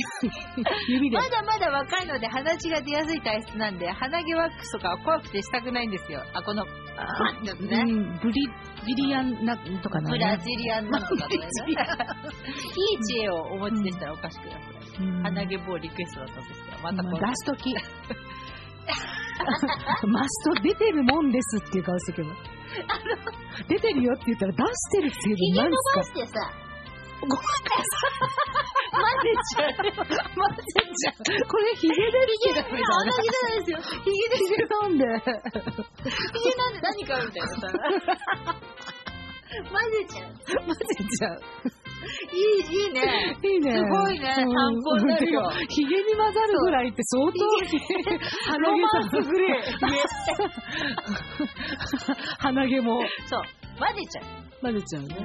Speaker 1: うに。指で
Speaker 2: ま。だまだ若いので鼻血が出やすい体質なんで、鼻毛ワックスとかは怖くてしたくないんですよ。あ、この、あですね。
Speaker 1: うん、ブリ、ビリアンな、とかな、
Speaker 2: ブラジリアンなんとか ね。いい知恵をお持ちでしたらおかしくださ
Speaker 1: う
Speaker 2: い。
Speaker 1: ん
Speaker 2: 鼻毛棒リクエストだったんですけど、また
Speaker 1: ま
Speaker 2: こ
Speaker 1: あ
Speaker 2: の
Speaker 1: 出すとき。マスト出てるもんですっていう顔してけど。出てるよって言ったら出してるっていうの何ですか
Speaker 2: してさ、ごめんなさい。混ぜちゃう。混ぜちゃう。
Speaker 1: これヒゲですけどみたいな。
Speaker 2: 同じなんですよ。
Speaker 1: ヒ
Speaker 2: ひげで
Speaker 1: ゲなんで。
Speaker 2: ひげなんで何かみたいなさ。混ぜちゃう。
Speaker 1: マジじゃん。
Speaker 2: いい、いいね。
Speaker 1: いいね。
Speaker 2: すごいね
Speaker 1: うん
Speaker 2: 参考になるよ
Speaker 1: ヒゲに混ざるぐらいって相当、鼻
Speaker 2: ロマン
Speaker 1: 毛
Speaker 2: スグレー。
Speaker 1: さ、鼻毛も
Speaker 2: そう。混ぜちゃ
Speaker 1: 混ぜちゃうね。は
Speaker 2: う。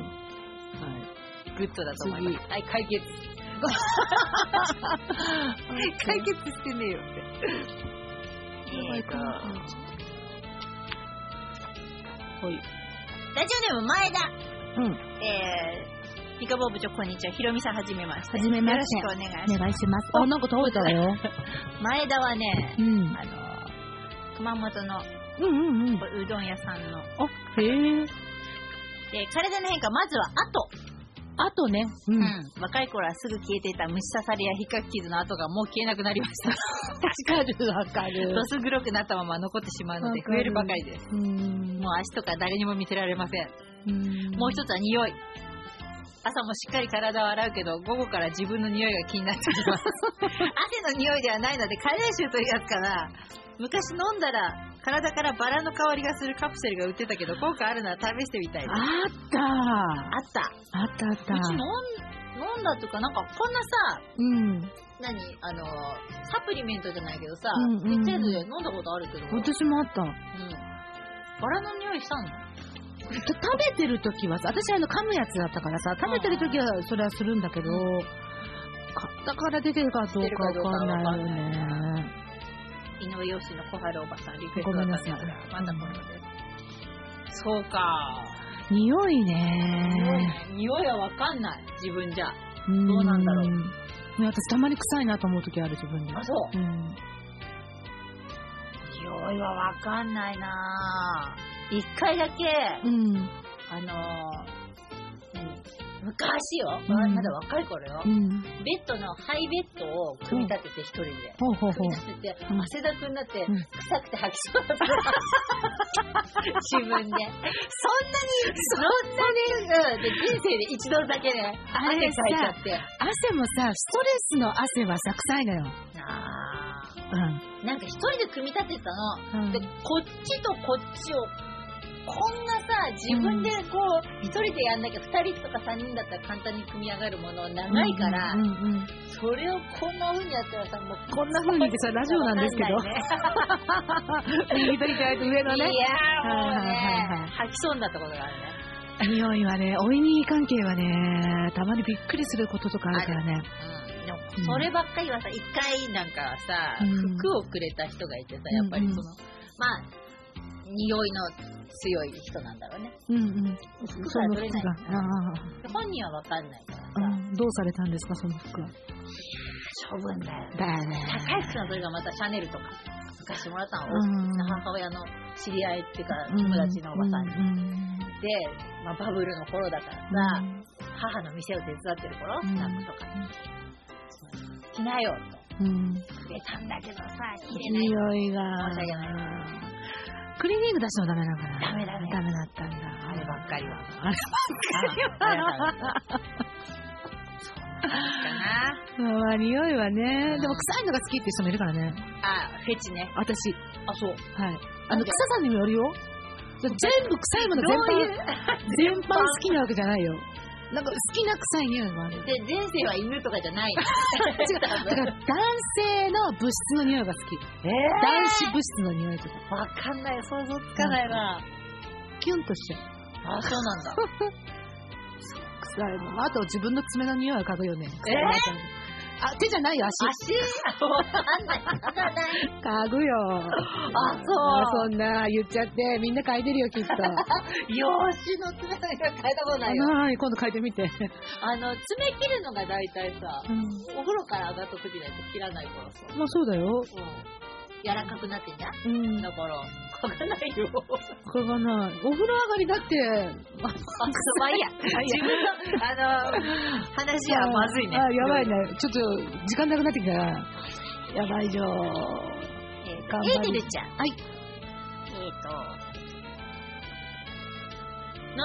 Speaker 2: グッドだと思います。はい、解決。
Speaker 1: い。
Speaker 2: 解決してねえよって。えーと、
Speaker 1: はい。
Speaker 2: ラジオネーム前田。
Speaker 1: うん。
Speaker 2: えー、ミカボー部長、こんにちは。ひろみさん、はじめまして。
Speaker 1: はじめまして
Speaker 2: よろしくお願いします。
Speaker 1: お願いします。あ、なんか倒れたわよ。
Speaker 2: 前田はね、
Speaker 1: うん。うん
Speaker 2: あの、熊本の
Speaker 1: うんうん。
Speaker 2: うどん屋さんの、
Speaker 1: あ、へえ。
Speaker 2: えー体の変化、まずは後。
Speaker 1: あとね。う。
Speaker 2: うんん。若い頃はすぐ消えていた虫刺されやひっかき傷の跡がもう消えなくなりました。
Speaker 1: かるわかる
Speaker 2: ドス黒くなったまま残ってしまうので
Speaker 1: わ、か
Speaker 2: 増
Speaker 1: る
Speaker 2: えるばかりです。
Speaker 1: うん
Speaker 2: もう足とか誰にも見せられません。
Speaker 1: うん
Speaker 2: もう一つは匂い。朝もしっかり体を洗うけど、午後から自分の匂いが気になってき ます。汗の匂いではないので、加齢臭というやつかな。昔飲んだら、体からバラの香りがするカプセルが売ってたけど、効果あるなら試してみたいです。あ
Speaker 1: あった
Speaker 2: った。
Speaker 1: あったあった
Speaker 2: うち飲ん飲んだとか、なんかこんなさ、
Speaker 1: うん。
Speaker 2: 何あの、サプリメントじゃないけどさ、
Speaker 1: うんうんうん
Speaker 2: ちっちゃいので飲んだことあるけど、うん、
Speaker 1: 私もあった。
Speaker 2: バラの匂いしたの
Speaker 1: 食べてる時はさ、私あの噛むやつだったからさ、食べてる時はそれはするんだけど、買ったから出てるかどうかわかんないよね。
Speaker 2: 井上陽水の小春おばさんリクエス
Speaker 1: ご
Speaker 2: トだ
Speaker 1: め
Speaker 2: っ
Speaker 1: ん
Speaker 2: た
Speaker 1: なんさい
Speaker 2: ですが、まだこれです。そうか。
Speaker 1: 匂い
Speaker 2: 匂い
Speaker 1: ね。
Speaker 2: ね匂いはわかんない。自分じゃ。あ、
Speaker 1: ど
Speaker 2: うなんだろう
Speaker 1: 私たまに臭いなと思う時ある自分で。
Speaker 2: そう。
Speaker 1: うん。
Speaker 2: 匂いはわかんないなぁ。一回だけ、
Speaker 1: うん。
Speaker 2: あのー、何昔よ、
Speaker 1: うん
Speaker 2: まだ若い頃よ、
Speaker 1: うん。
Speaker 2: ベッドのハイベッドを組み立てて一人で。
Speaker 1: ほうほうほ
Speaker 2: 組
Speaker 1: う
Speaker 2: み。立てて、
Speaker 1: うん
Speaker 2: 汗だくになって、
Speaker 1: うん
Speaker 2: 臭くて吐きそうだった。 自分で。そんなに、そんなに、うん、で人生で一度だけね、
Speaker 1: あ
Speaker 2: 汗か
Speaker 1: れ
Speaker 2: い
Speaker 1: さ
Speaker 2: ちゃって。
Speaker 1: 汗もさ、ストレスの汗はさ、臭いのよ。
Speaker 2: あ
Speaker 1: うん。
Speaker 2: ーなんか一人で組み立ててた
Speaker 1: う
Speaker 2: の。
Speaker 1: ん
Speaker 2: で、こっちとこっちを、こんなさ、自分でこう、一人でやんなきゃ、二人とか三人だったら簡単に組み上がるもの長いから、
Speaker 1: うんうんうん
Speaker 2: それをこんな風にやったらさ、もう、
Speaker 1: こんな風にってさ、ラジオなんですけ
Speaker 2: わかんないね
Speaker 1: ど。右と左と上のね
Speaker 2: い。やー、もう
Speaker 1: はいはいはいはい
Speaker 2: ね、吐きそうになったことがあるね。
Speaker 1: 匂いはね、おいに関係はね、たまにびっくりすることとかあるからね。
Speaker 2: うんでも、そればっかりはさ、一回なんかさ、
Speaker 1: うん
Speaker 2: 服をくれた人がいてさ、やっぱりその、
Speaker 1: うん
Speaker 2: まあ、匂いの強い人なんだろうね。
Speaker 1: うんうん。
Speaker 2: 服
Speaker 1: そ
Speaker 2: が
Speaker 1: の
Speaker 2: 取れ
Speaker 1: 服
Speaker 2: な
Speaker 1: が
Speaker 2: い。。本人はわかんないからさ
Speaker 1: ああ、うんどうされたんですか、その服は。
Speaker 2: 処分だよ。
Speaker 1: だよね
Speaker 2: 高い服の時がまたシャネルとか、昔もらったの、
Speaker 1: うん
Speaker 2: 母親の知り合いっていうか、友達のおばさんに。で、まあ、バブルの頃だからさ、母の店を手伝ってる頃、
Speaker 1: うん
Speaker 2: スナックとかに。着なよ、と。
Speaker 1: うん。うん。
Speaker 2: くれたんだけどさ、着れない。
Speaker 1: 匂いが。
Speaker 2: 申し訳ない。
Speaker 1: クリーニング出してもダメなのかな
Speaker 2: ダメだね
Speaker 1: ダメだったんだ。
Speaker 2: あればっかりは。
Speaker 1: あれ
Speaker 2: あればっかりは。
Speaker 1: まあ、匂いはね、
Speaker 2: うん
Speaker 1: でも臭いのが好きっていう人もいるからね。
Speaker 2: あ、フェチね。
Speaker 1: 私。
Speaker 2: あ、そう。
Speaker 1: はい。あの、
Speaker 2: なんで
Speaker 1: 臭さにもよるよ。全部臭いもの全
Speaker 2: どうい
Speaker 1: 般、全般好きなわけじゃないよ。なんか好きな臭い匂いもある。
Speaker 2: で、前世は犬とかじゃないの。
Speaker 1: 違う。だから男性の物質の匂いが好き。
Speaker 2: え
Speaker 1: 男子物質の匂いとか。
Speaker 2: わかんない。想像つかないな。
Speaker 1: キュンとしちゃう。
Speaker 2: あ、そうなんだ。
Speaker 1: 臭いもん。あと自分の爪の匂いは嗅ぐよね。
Speaker 2: え
Speaker 1: あ、手じゃないよ、足。
Speaker 2: 足わかん ない。わかんない。
Speaker 1: 嗅ぐ よ。
Speaker 2: あ、そう。
Speaker 1: そんな言っちゃって、みん な嗅いでるよ、きっと。
Speaker 2: 養子の爪が変えたことないよ。
Speaker 1: はい、今度嗅いでみて。
Speaker 2: あの、爪切るのが大体さ、
Speaker 1: うん
Speaker 2: お風呂から上がった時なんて切らないからさ。
Speaker 1: まあそうだよ。
Speaker 2: うん。柔らかくなってんじゃん
Speaker 1: うん。
Speaker 2: だから、書かないよ。
Speaker 1: 嗅がない。お風呂上がりだって、
Speaker 2: あ、まあいいや。 自分の、あの、話はまずいね。
Speaker 1: あ、やばい。ね。ちょっと、時間なくなってきたら。やばいじゃん。
Speaker 2: えー
Speaker 1: 頑
Speaker 2: と、
Speaker 1: 張
Speaker 2: エ
Speaker 1: る
Speaker 2: ーデルちゃん。
Speaker 1: はい。
Speaker 2: えーと、飲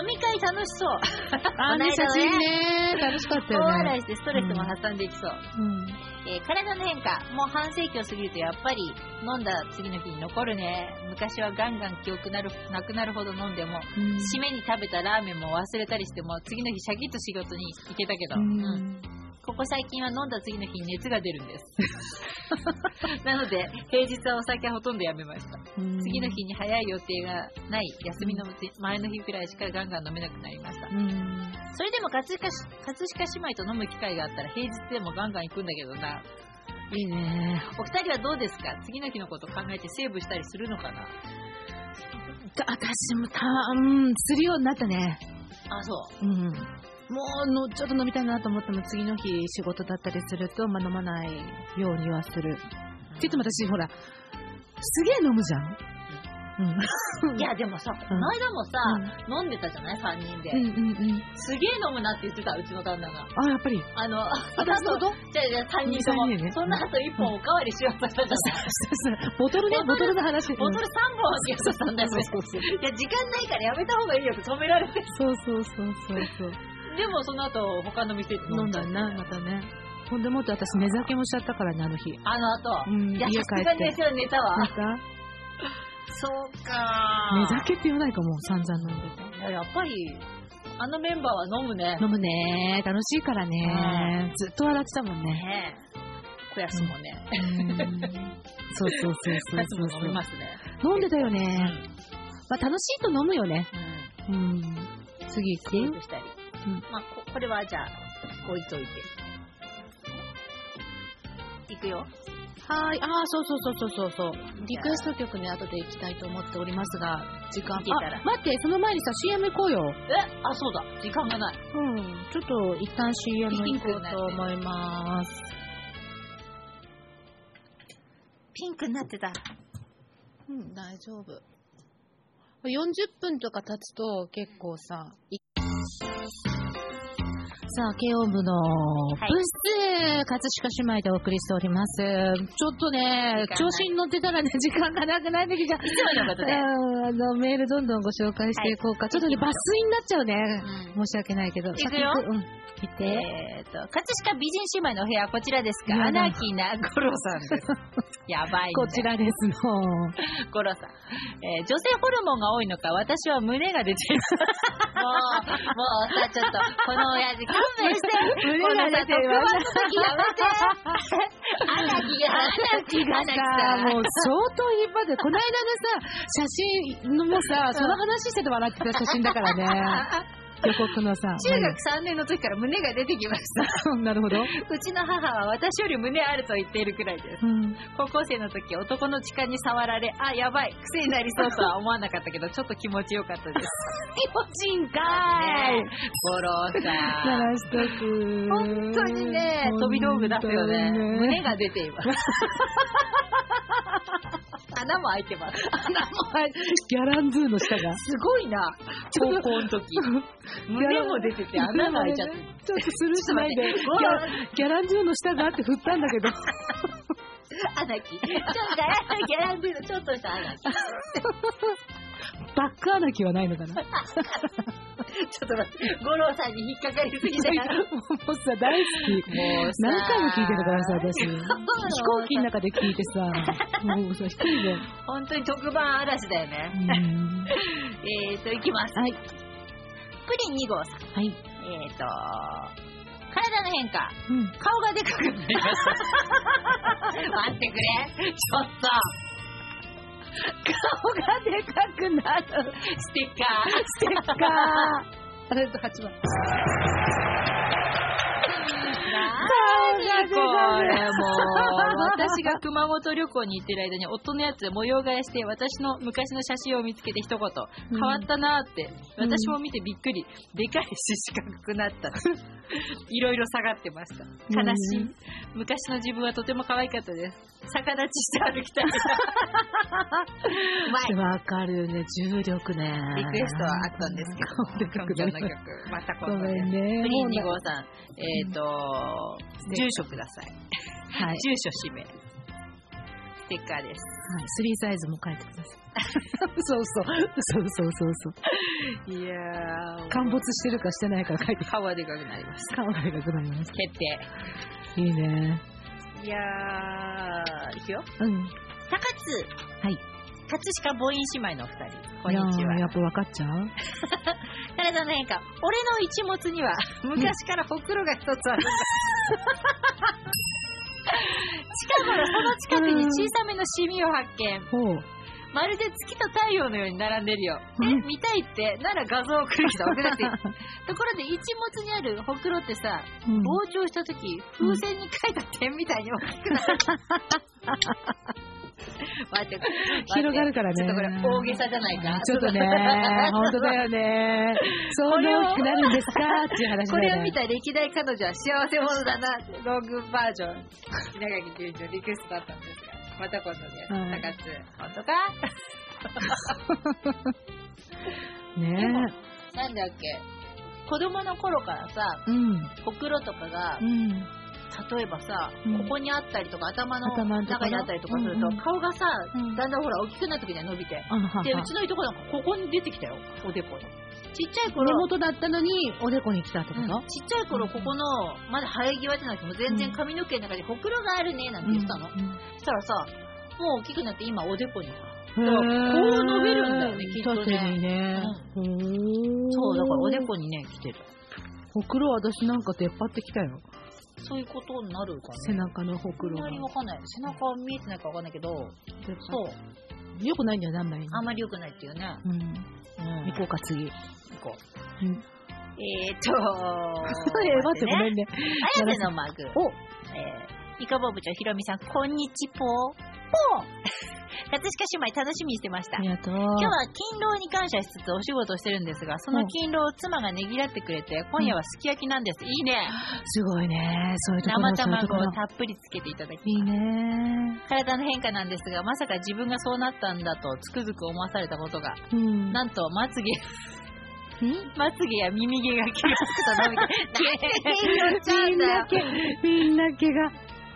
Speaker 2: み会楽しそう。
Speaker 1: あ
Speaker 2: この間ね
Speaker 1: の写真ね、楽しかった
Speaker 2: 大
Speaker 1: よ
Speaker 2: 笑
Speaker 1: ね。
Speaker 2: いしてストレスも発散できそう。
Speaker 1: うん。
Speaker 2: えー体の変化。もう半世紀を過ぎるとやっぱり飲んだ次の日に残るね。昔はガンガン記憶なる、なくなるほど飲んでも、
Speaker 1: うん
Speaker 2: 締めに食べたラーメンも忘れたりしても、次の日シャキッと仕事に行けたけど。うんここ最近は飲んだ次の日に熱が出るんです。 なので、平日はお酒はほとんどやめました。
Speaker 1: うん
Speaker 2: 次の日に早い予定がない休みの前の日くらいしかガンガン飲めなくなりました
Speaker 1: う。ん。
Speaker 2: それでも葛飾し葛飾姉妹と飲む機会があったら平日でもガンガン行くんだけどな。
Speaker 1: いいね。
Speaker 2: お二人はどうですか次の日のこと考えてセーブしたりするのかな
Speaker 1: た私もた、うん、するようになったね。
Speaker 2: あ、そう。
Speaker 1: うん。もうの、ちょっと飲みたいなと思っても、次の日仕事だったりすると、まあ、飲まないようにはする。って言っても私、ほら、すげえ飲むじゃん。うん。
Speaker 2: いや、でもさ、この間もさ、飲んでたじゃない ?3 人で。
Speaker 1: うんうんうん。
Speaker 2: すげえ飲むなって言ってた、うちの旦那が。
Speaker 1: あ、やっぱり。
Speaker 2: あの、
Speaker 1: 私のこと
Speaker 2: じゃあじゃあ3人とも
Speaker 1: 三人ね。
Speaker 2: そんな後1本おかわりしようとしたじゃない。
Speaker 1: ボトルね、
Speaker 2: ボ
Speaker 1: ボ
Speaker 2: ト
Speaker 1: ト
Speaker 2: ル
Speaker 1: ルの話。
Speaker 2: ボトル3本しようとしたんだよ。
Speaker 1: そうそう
Speaker 2: いや、時間ないからやめた方がいいよって止められて。
Speaker 1: そうそうそうそうそう。
Speaker 2: でもその後、他の店で
Speaker 1: 飲んだな、またね。ほんでもっと私、寝酒もしちゃったからね、あの日。
Speaker 2: あの後。
Speaker 1: うん、
Speaker 2: い
Speaker 1: 家
Speaker 2: や、
Speaker 1: 帰
Speaker 2: さすが
Speaker 1: っ
Speaker 2: に
Speaker 1: て。
Speaker 2: 私は寝たわ
Speaker 1: ま。た
Speaker 2: そうか
Speaker 1: 寝酒って言わないかも、散々飲んでて。
Speaker 2: いや、やっぱり、あのメンバーは飲むね。
Speaker 1: 飲むね楽しいからねずっと笑ってたもんね。
Speaker 2: ねえ。悔しもね。
Speaker 1: そうそうそうそう
Speaker 2: 悔し
Speaker 1: そう
Speaker 2: も飲みますね。
Speaker 1: 飲んでたよね。まあ、楽しいと飲むよね。
Speaker 2: うん。
Speaker 1: うん。次
Speaker 2: セー
Speaker 1: 行く
Speaker 2: ブしたり
Speaker 1: うん。
Speaker 2: まあ、ここれはじゃあ、置いといて。いくよ。
Speaker 1: はーい。ああ、そうそうそうそうそうそう。リクエスト曲ね、後で行きたいと思っておりますが、時間
Speaker 2: 聞いてたら
Speaker 1: あ待って、その前にさ、CM 行こうよ。
Speaker 2: えあ、そうだ。時間がない。
Speaker 1: うん。ちょっと、一旦 CM 行こうと思います。
Speaker 2: ピンクになってた。
Speaker 1: うん、大丈夫。40分とか経つと結構さ、さあ、慶応部の部
Speaker 2: い
Speaker 1: 室、葛飾姉妹でお送りしております。ちょっとね
Speaker 2: 時間な、い
Speaker 1: 調子に乗ってたらね、時間がなくなってきちゃう。
Speaker 2: つものことで
Speaker 1: うんあの、メールどんどんご紹介していこうか。ちょっとね、抜粋になっちゃうね。
Speaker 2: う
Speaker 1: 申
Speaker 2: ん
Speaker 1: し訳ないけど。
Speaker 2: いくよ
Speaker 1: 先行くうん。聞いて。
Speaker 2: えっと、葛飾美人姉妹のお部屋はこちらです
Speaker 1: いや
Speaker 2: か
Speaker 1: だ
Speaker 2: アナーキーな五郎さんです。やばいね。
Speaker 1: こちらですの。
Speaker 2: 五郎さん。えー女性ホルモンが多いのか、私は胸が出ています。もう、もうさ、ちょっと、この親父勘弁して。
Speaker 1: 胸
Speaker 2: この
Speaker 1: が出
Speaker 2: さ、
Speaker 1: ています
Speaker 2: 特番の時やめて。ア
Speaker 1: さあ、
Speaker 2: ナキが、アナキがさ
Speaker 1: もう相当引っ張って、この間のさ、写真のもさ、その話してて笑ってた写真だからね。予告のさ。
Speaker 2: 中学3年の時から胸が出てきました。
Speaker 1: うんなる ほど。
Speaker 2: うちの母は私より胸あると言っているくらいです。
Speaker 1: うん。
Speaker 2: 高校生の時、男の痴漢に触られ、あ、やばい、癖になりそうとは思わなかったけど、ちょっと気持ちよかったです。 気持ちいいんか
Speaker 1: い
Speaker 2: ゴ ロー
Speaker 1: 鳴
Speaker 2: さん。
Speaker 1: らしとく。
Speaker 2: 本当にね、飛び道具出すよね。
Speaker 1: 本当に
Speaker 2: 胸が出ています。穴も開いてます。
Speaker 1: はいギャランズーの下が。
Speaker 2: すごいな、高校の時。胸も出てて、穴も開いちゃってる。
Speaker 1: ちょっとスルーしないで。
Speaker 2: ちょっと待
Speaker 1: ギャギャランズーの下があって振ったんだけど。
Speaker 2: アナキ。ちょっと、ギャランドゥのちょっとしたアナキ。ちょ
Speaker 1: バックアナキはないのかな。も
Speaker 2: っと待って、五郎さんに引っかかりすぎたから。
Speaker 1: うさ、大好き。
Speaker 2: もうさ
Speaker 1: 何回も聞いてるからさ、私。飛
Speaker 2: そう
Speaker 1: 行機の中で聞いてさ、もうさ、低いよ。
Speaker 2: 本当に特番嵐だよね。
Speaker 1: うん
Speaker 2: えーと、いきます。
Speaker 1: はい
Speaker 2: プリン2号さん。
Speaker 1: はい。
Speaker 2: えーと、体の変化。
Speaker 1: うん。
Speaker 2: 顔がでかくなりました。待ってくれ。ちょっと。
Speaker 1: 顔がでかくなる。
Speaker 2: ステッカー。ステッ カー。
Speaker 1: か。あれと8番。
Speaker 2: 何これもう。
Speaker 1: が
Speaker 2: 私が熊本旅行に行ってる間に夫のやつで模様替えして私の昔の写真を見つけて一言。変わったなーって。
Speaker 1: うん
Speaker 2: 私も見てびっくり。でかいし四角くな った。いろいろ下がってました。悲しい。
Speaker 1: うん
Speaker 2: 昔の自分はとても可愛かったです。逆立ちして歩きたい。うまい。
Speaker 1: わかるよね、重力ね。
Speaker 2: リクエストはあったんですけど、
Speaker 1: 顔でかくな
Speaker 2: の
Speaker 1: る
Speaker 2: 曲、また
Speaker 1: ご
Speaker 2: 今度
Speaker 1: め
Speaker 2: で
Speaker 1: ん
Speaker 2: す。
Speaker 1: ね。
Speaker 2: プリン2
Speaker 1: もう
Speaker 2: 号さん、えっ、ー、と、住所ください。
Speaker 1: なはい。
Speaker 2: 住所氏名。ステッカーです。
Speaker 1: はい、スリーサイズも書いてください。そうそう。そうそうそうそう。
Speaker 2: いやー
Speaker 1: 陥没してるかしてないか書いて。
Speaker 2: 顔はでかくなります。
Speaker 1: 顔がでかくなります。
Speaker 2: 決
Speaker 1: いいね。
Speaker 2: 定。いやー、いくよ。
Speaker 1: うん。
Speaker 2: 高津。
Speaker 1: はい。
Speaker 2: 葛飾母音姉妹のお二人。こんにち
Speaker 1: いやーや
Speaker 2: は
Speaker 1: っ。ぱ分かっちゃう
Speaker 2: 体の変化。俺の一物には、昔からほくろが一つ あるんだ。近頃、その近くに小さめのシミを発見。
Speaker 1: ほう。
Speaker 2: まるで月と太陽のように並んでるよ。え、
Speaker 1: うん
Speaker 2: 見たいって、なら画像を送るけど送らせて。 ところで、一物にあるほくろってさ、
Speaker 1: うん
Speaker 2: 膨張した時、風船に書いた点みたいに 大きくなる。待って、
Speaker 1: 広がるからね
Speaker 2: ちょっとこれ大げさじゃないか。
Speaker 1: ちょっ とね、本当だよね。そんな大きくなるんですかっていう話
Speaker 2: こ
Speaker 1: だ
Speaker 2: れ
Speaker 1: よ
Speaker 2: を
Speaker 1: ね
Speaker 2: 見。た歴代彼女は幸せ者だな、ロングバージ ョン。稲垣純一のリクエストだったんですが、また今度
Speaker 1: はい
Speaker 2: で、高津、本当か
Speaker 1: ね
Speaker 2: なんだっけ子供の頃からさ、
Speaker 1: うん。
Speaker 2: ほくろとかが
Speaker 1: う、ん。
Speaker 2: 例えばさ、
Speaker 1: うん
Speaker 2: ここにあったりとか、頭の
Speaker 1: 頭のところ
Speaker 2: 中にあったりとかすると、
Speaker 1: うんうん
Speaker 2: 顔がさ、
Speaker 1: うん
Speaker 2: だんだんほら、大きくなってくるじゃん、伸びて。
Speaker 1: あはは
Speaker 2: で、うちのいとこなんか、ここに出てきたよ、おでこに。ちっちゃい
Speaker 1: 根
Speaker 2: 頃、
Speaker 1: 元だったのに、おでこに来たってこ
Speaker 2: うん
Speaker 1: と
Speaker 2: ちっちゃい頃、ここの、まだ生え際じゃなくて、もう全然髪の毛の中にほくろがあるね、なんて言ってた
Speaker 1: う
Speaker 2: の。
Speaker 1: ん
Speaker 2: そしたらさ、もう大きくなって、今、おでこにさ。
Speaker 1: へー
Speaker 2: こう伸びるんだよねきっとね
Speaker 1: 縦にね。
Speaker 2: そう、だからおで
Speaker 1: こ。
Speaker 2: こにね、来てる。
Speaker 1: ほくろ、私なんか出っ張ってきたよ。
Speaker 2: そういうことになるか
Speaker 1: 背
Speaker 2: ね。
Speaker 1: 中のほく
Speaker 2: あん
Speaker 1: ろ
Speaker 2: ま
Speaker 1: が。
Speaker 2: りわかんない。背中は見えてないからわかんないけど、そう。
Speaker 1: よくないんだよね、あんまりね。
Speaker 2: あんまり良くないっていうね。
Speaker 1: うん。
Speaker 2: うん
Speaker 1: 行こうか、次。
Speaker 2: 行こ
Speaker 1: う
Speaker 2: うんえーっ と
Speaker 1: え、待って、ごめ
Speaker 2: ね。
Speaker 1: んね。
Speaker 2: 綾瀬のマグ。
Speaker 1: お
Speaker 2: えー、イカボ部長ひろみさん、こんにちぽ。ぽ 葛飾姉妹楽しみにしてました
Speaker 1: あ。りがとう。
Speaker 2: 今日は勤労に感謝しつつお仕事をしてるんですが、その勤労を妻がねぎらってくれて、今夜はすき焼きなんです。いいね。
Speaker 1: すごいね。 そういうところ
Speaker 2: 生
Speaker 1: そういうとこ
Speaker 2: 卵
Speaker 1: ろ
Speaker 2: をたっぷりつけていただきます
Speaker 1: いいね。
Speaker 2: 体の変化なんですが、まさか自分がそうなったんだとつくづく思わされたことが、
Speaker 1: うん。
Speaker 2: なんとまつげまつげや耳毛が切れたたみた
Speaker 3: な
Speaker 2: い
Speaker 3: んで毛色ちゃうんだよ
Speaker 1: みんな毛が。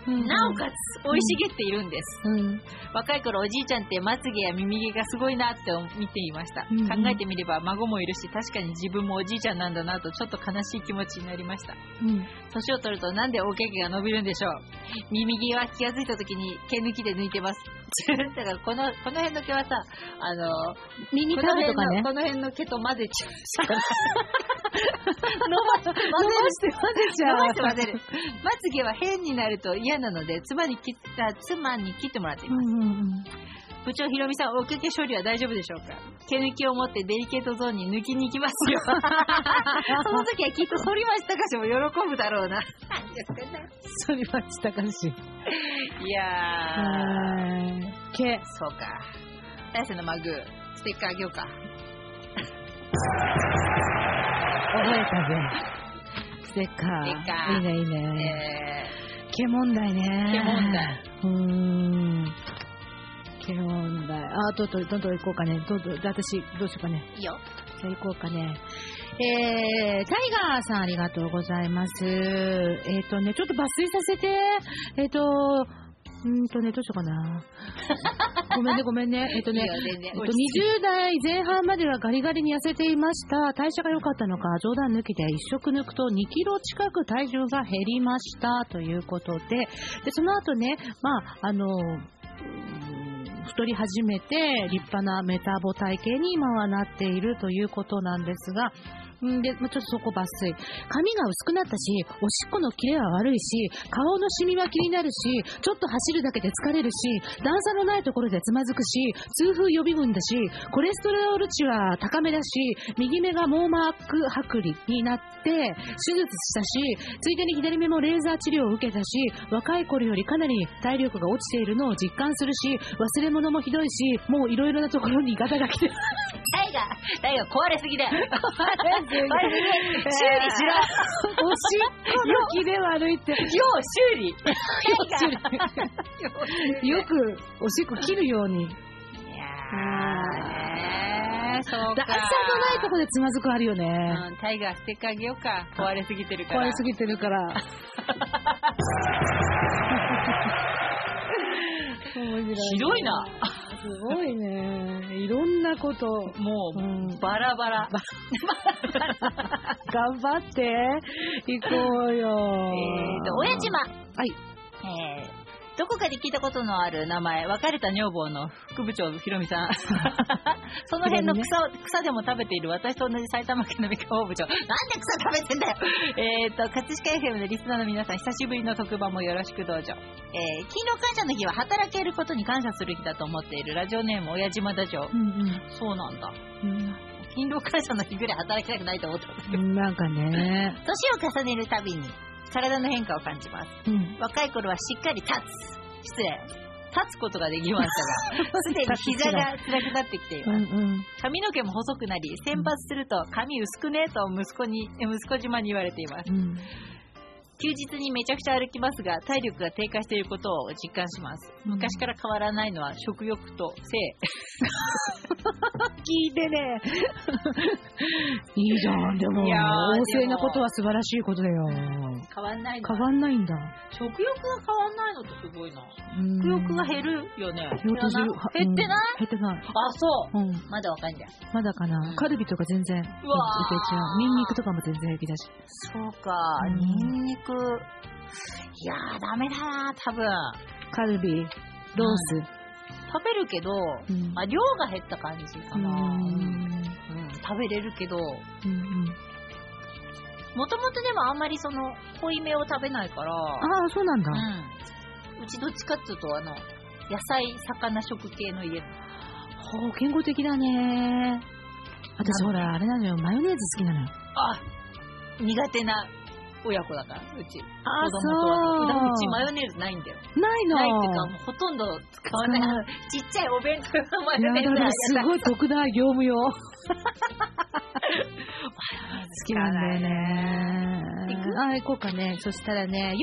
Speaker 1: うん
Speaker 2: なおかつ生い茂っているんです、
Speaker 1: うん。
Speaker 2: 若い頃おじいちゃんってまつげや耳毛がすごいなって見ていました、
Speaker 1: うんうん
Speaker 2: 考えてみれば孫もいるし確かに自分もおじいちゃんなんだなとちょっと悲しい気持ちになりました
Speaker 1: うん。
Speaker 2: 年を取るとなんでお毛毛が伸びるんでしょう耳毛は気がついた時に毛抜きで抜いてます だからこのこの辺の毛はさあの
Speaker 1: 耳
Speaker 2: こ
Speaker 1: た
Speaker 2: の
Speaker 1: ぶ
Speaker 2: 辺
Speaker 1: とかね
Speaker 2: の。この辺の毛と混ぜちゃう
Speaker 1: 伸ばして混ぜちゃう。
Speaker 2: 伸ばして混ぜるまつげは変になると嫌なので妻に切った妻に切ってもらっています
Speaker 1: うんうんうん。
Speaker 2: 部長ひろみさん、おかけ処理は大丈夫でしょうか毛抜きを持ってデリケートゾーンに抜きに行きますよ。その時はきっと反町隆史も喜ぶだろうな。何言ってんだよ
Speaker 1: それはしたかし。
Speaker 2: いやー、
Speaker 1: 毛。
Speaker 2: そうか。大勢のマグ、ステッカーあげようか。
Speaker 1: 覚えたぜ。ステッカー。
Speaker 2: ステッカ
Speaker 1: い
Speaker 2: ー
Speaker 1: いね、いいね。
Speaker 2: え
Speaker 1: 毛問題ね。うー
Speaker 2: 毛問題。
Speaker 1: ん。毛問題。あ、どんどん、どんどん行こうかね。どんどん、私、どうしようかね。
Speaker 2: ー、いいよ。
Speaker 1: じゃあ行こうかね。えー、タイガーさんありがとうございます。えっ、とね、ちょっと抜粋させて。えっ、と、うーんとね、どうしようかな。ごめんね、ごめんね。えっ、と
Speaker 2: いい
Speaker 1: ね、
Speaker 2: よ、全
Speaker 1: え
Speaker 2: 然
Speaker 1: っ。と、20代前半まではガリガリに痩せていました。代謝が良かったのか、冗談抜きで一食抜くと2キロ近く体重が減りました。ということで、で、その後ね、まあ、あの、うん太り始めて立派なメタボ体型に今はなっているということなんですが、んで、まあちょっとそこ抜粋。髪が薄くなったし、おしっこのキレは悪いし、顔のシミは気になるし、ちょっと走るだけで疲れるし、段差のないところでつまずくし、痛風予備軍だし、コレステロール値は高めだし、右目が網膜剥離になって、手術したし、ついでに左目もレーザー治療を受けたし、若い頃よりかなり体力が落ちているのを実感するし、忘れ物もひどいし、もういろいろなところにガタが来てる。
Speaker 2: タイガー、タイガー壊れすぎだよ。壊れすぎだよ。 修理し ろ。
Speaker 1: おしっこのキレ悪いって。
Speaker 2: よう、修理。タイガー。
Speaker 1: よくおしっこ切るように。
Speaker 2: いやー、ねーそうか。
Speaker 1: 段差のないとこでつまずくあるよね。
Speaker 2: うん、タイガーステッカーあげようか。壊れすぎてるから。
Speaker 1: 壊れすぎてる から。面白
Speaker 2: ひどいな。
Speaker 1: すごいね。いろんなこと。
Speaker 2: も
Speaker 1: う
Speaker 2: う、
Speaker 1: ん、
Speaker 2: バラバラ。
Speaker 1: 頑張っていこうよ。
Speaker 2: えーと、親島。
Speaker 1: はい。
Speaker 2: えーどこかで聞いたことのある名前、別れた女房の副部長、ひろみ さん。その辺の草を、草でも食べている私と同じ埼玉県の三河部長。なんで草食べ てんだよえっと、葛飾 FM のリスナーの皆さん、久しぶりの特番もよろしくどうぞ。えー、勤労感謝の日は働けることに感謝する日だと思っているラジオネーム、親島ダジョウ。
Speaker 1: うん
Speaker 2: そうなんだ。
Speaker 1: うん
Speaker 2: 勤労感謝の日ぐらい働きたくないと思った。
Speaker 1: うん。なんかね。
Speaker 2: 年を重ねるたびに体の変化を感じます
Speaker 1: うん。
Speaker 2: 若い頃はしっかり立つ失礼立つことができました がすでに膝が辛くなってきています
Speaker 1: ん
Speaker 2: 髪の毛も細くなり先発すると髪薄くねと息子にえ息子島に言われています
Speaker 1: うん。
Speaker 2: 休日にめちゃくちゃ歩きますが体力が低下していることを実感します
Speaker 1: うん
Speaker 2: 昔から変わらないのは食欲と性
Speaker 1: 聞いてね。 いいじゃん、でも。
Speaker 2: いやー
Speaker 1: 旺盛
Speaker 2: で
Speaker 1: な
Speaker 2: も
Speaker 1: ことは素晴らしいことだよ。
Speaker 2: 変わんないの
Speaker 1: 変わんないんだ。
Speaker 2: 食欲が変わんないのってすごいな
Speaker 1: うん
Speaker 2: 食欲が減るよね
Speaker 1: 減って
Speaker 2: 減らな減ってない、
Speaker 1: 減ってない。
Speaker 2: あそう
Speaker 1: うん。
Speaker 2: まだわかんない
Speaker 1: まだか
Speaker 2: う。
Speaker 1: なんカルビとか全然いけ
Speaker 2: うわー
Speaker 1: ちゃう。ニンニクとかも全然平気だし。
Speaker 2: そうか、
Speaker 1: うん
Speaker 2: ニンニク。いやー、ダメだな、多分。
Speaker 1: カルビ、ロー
Speaker 2: 食べるけど、
Speaker 1: ス。うん
Speaker 2: まあ、量が減った感じか
Speaker 1: う
Speaker 2: な。うん
Speaker 1: ん
Speaker 2: 食べれるけど、も
Speaker 1: うんうん
Speaker 2: ともとでもあんまりその、濃いめを食べないから、
Speaker 1: ああ、そうなんだ。
Speaker 2: うん。うちどっちかっていうと、あの、野菜、魚食系の家。
Speaker 1: ほう、健康的だね。私ほら、あれなのよ、マヨネーズ好きなのよ。
Speaker 2: あ苦手な親子だから、うち。
Speaker 1: あ
Speaker 2: 子供とは。だからうちマヨネーズないんだよ。
Speaker 1: ないの
Speaker 2: ないっていうか、もうほとんど使わない。ちっちゃいお弁当のマ
Speaker 1: いや
Speaker 2: ヨネー
Speaker 1: だ
Speaker 2: ズ
Speaker 1: か
Speaker 2: あ
Speaker 1: ら
Speaker 2: げ
Speaker 1: す
Speaker 2: た
Speaker 1: ごい特大業務用。好きなんだよね。あ、行こうかね。そしたらね、ヨッシ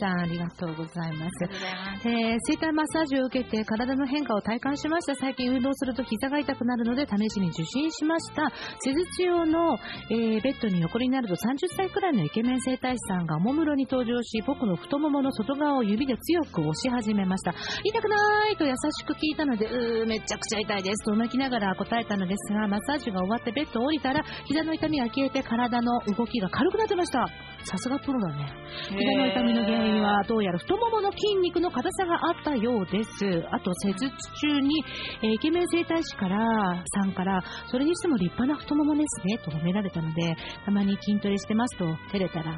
Speaker 1: ーさん、ありがとうございます。
Speaker 3: りがとうございます。
Speaker 1: えー、整体マッサージを受けて体の変化を体感しました。最近運動すると膝が痛くなるので試しに受診しました。施術用の、えーベッドに横になると30歳くらいのイケメン整体師さんがおもむろに登場し、僕の太ももの外側を指で強く押し始めました。痛くないと優しく聞いたので、うー、めちゃくちゃ痛いですとうめきながら答えたのですが、マッサージが終わってベッドを降りたら、膝の痛みが消えて体の動きが軽くなってました。さすがプロだね。膝の痛みの原因はどうやら太ももの筋肉の硬さがあったようですあと施術中に、えーイケメン整体師からさんからそれにしても立派な太ももですねと褒められたのでたまに筋トレしてますと照れたら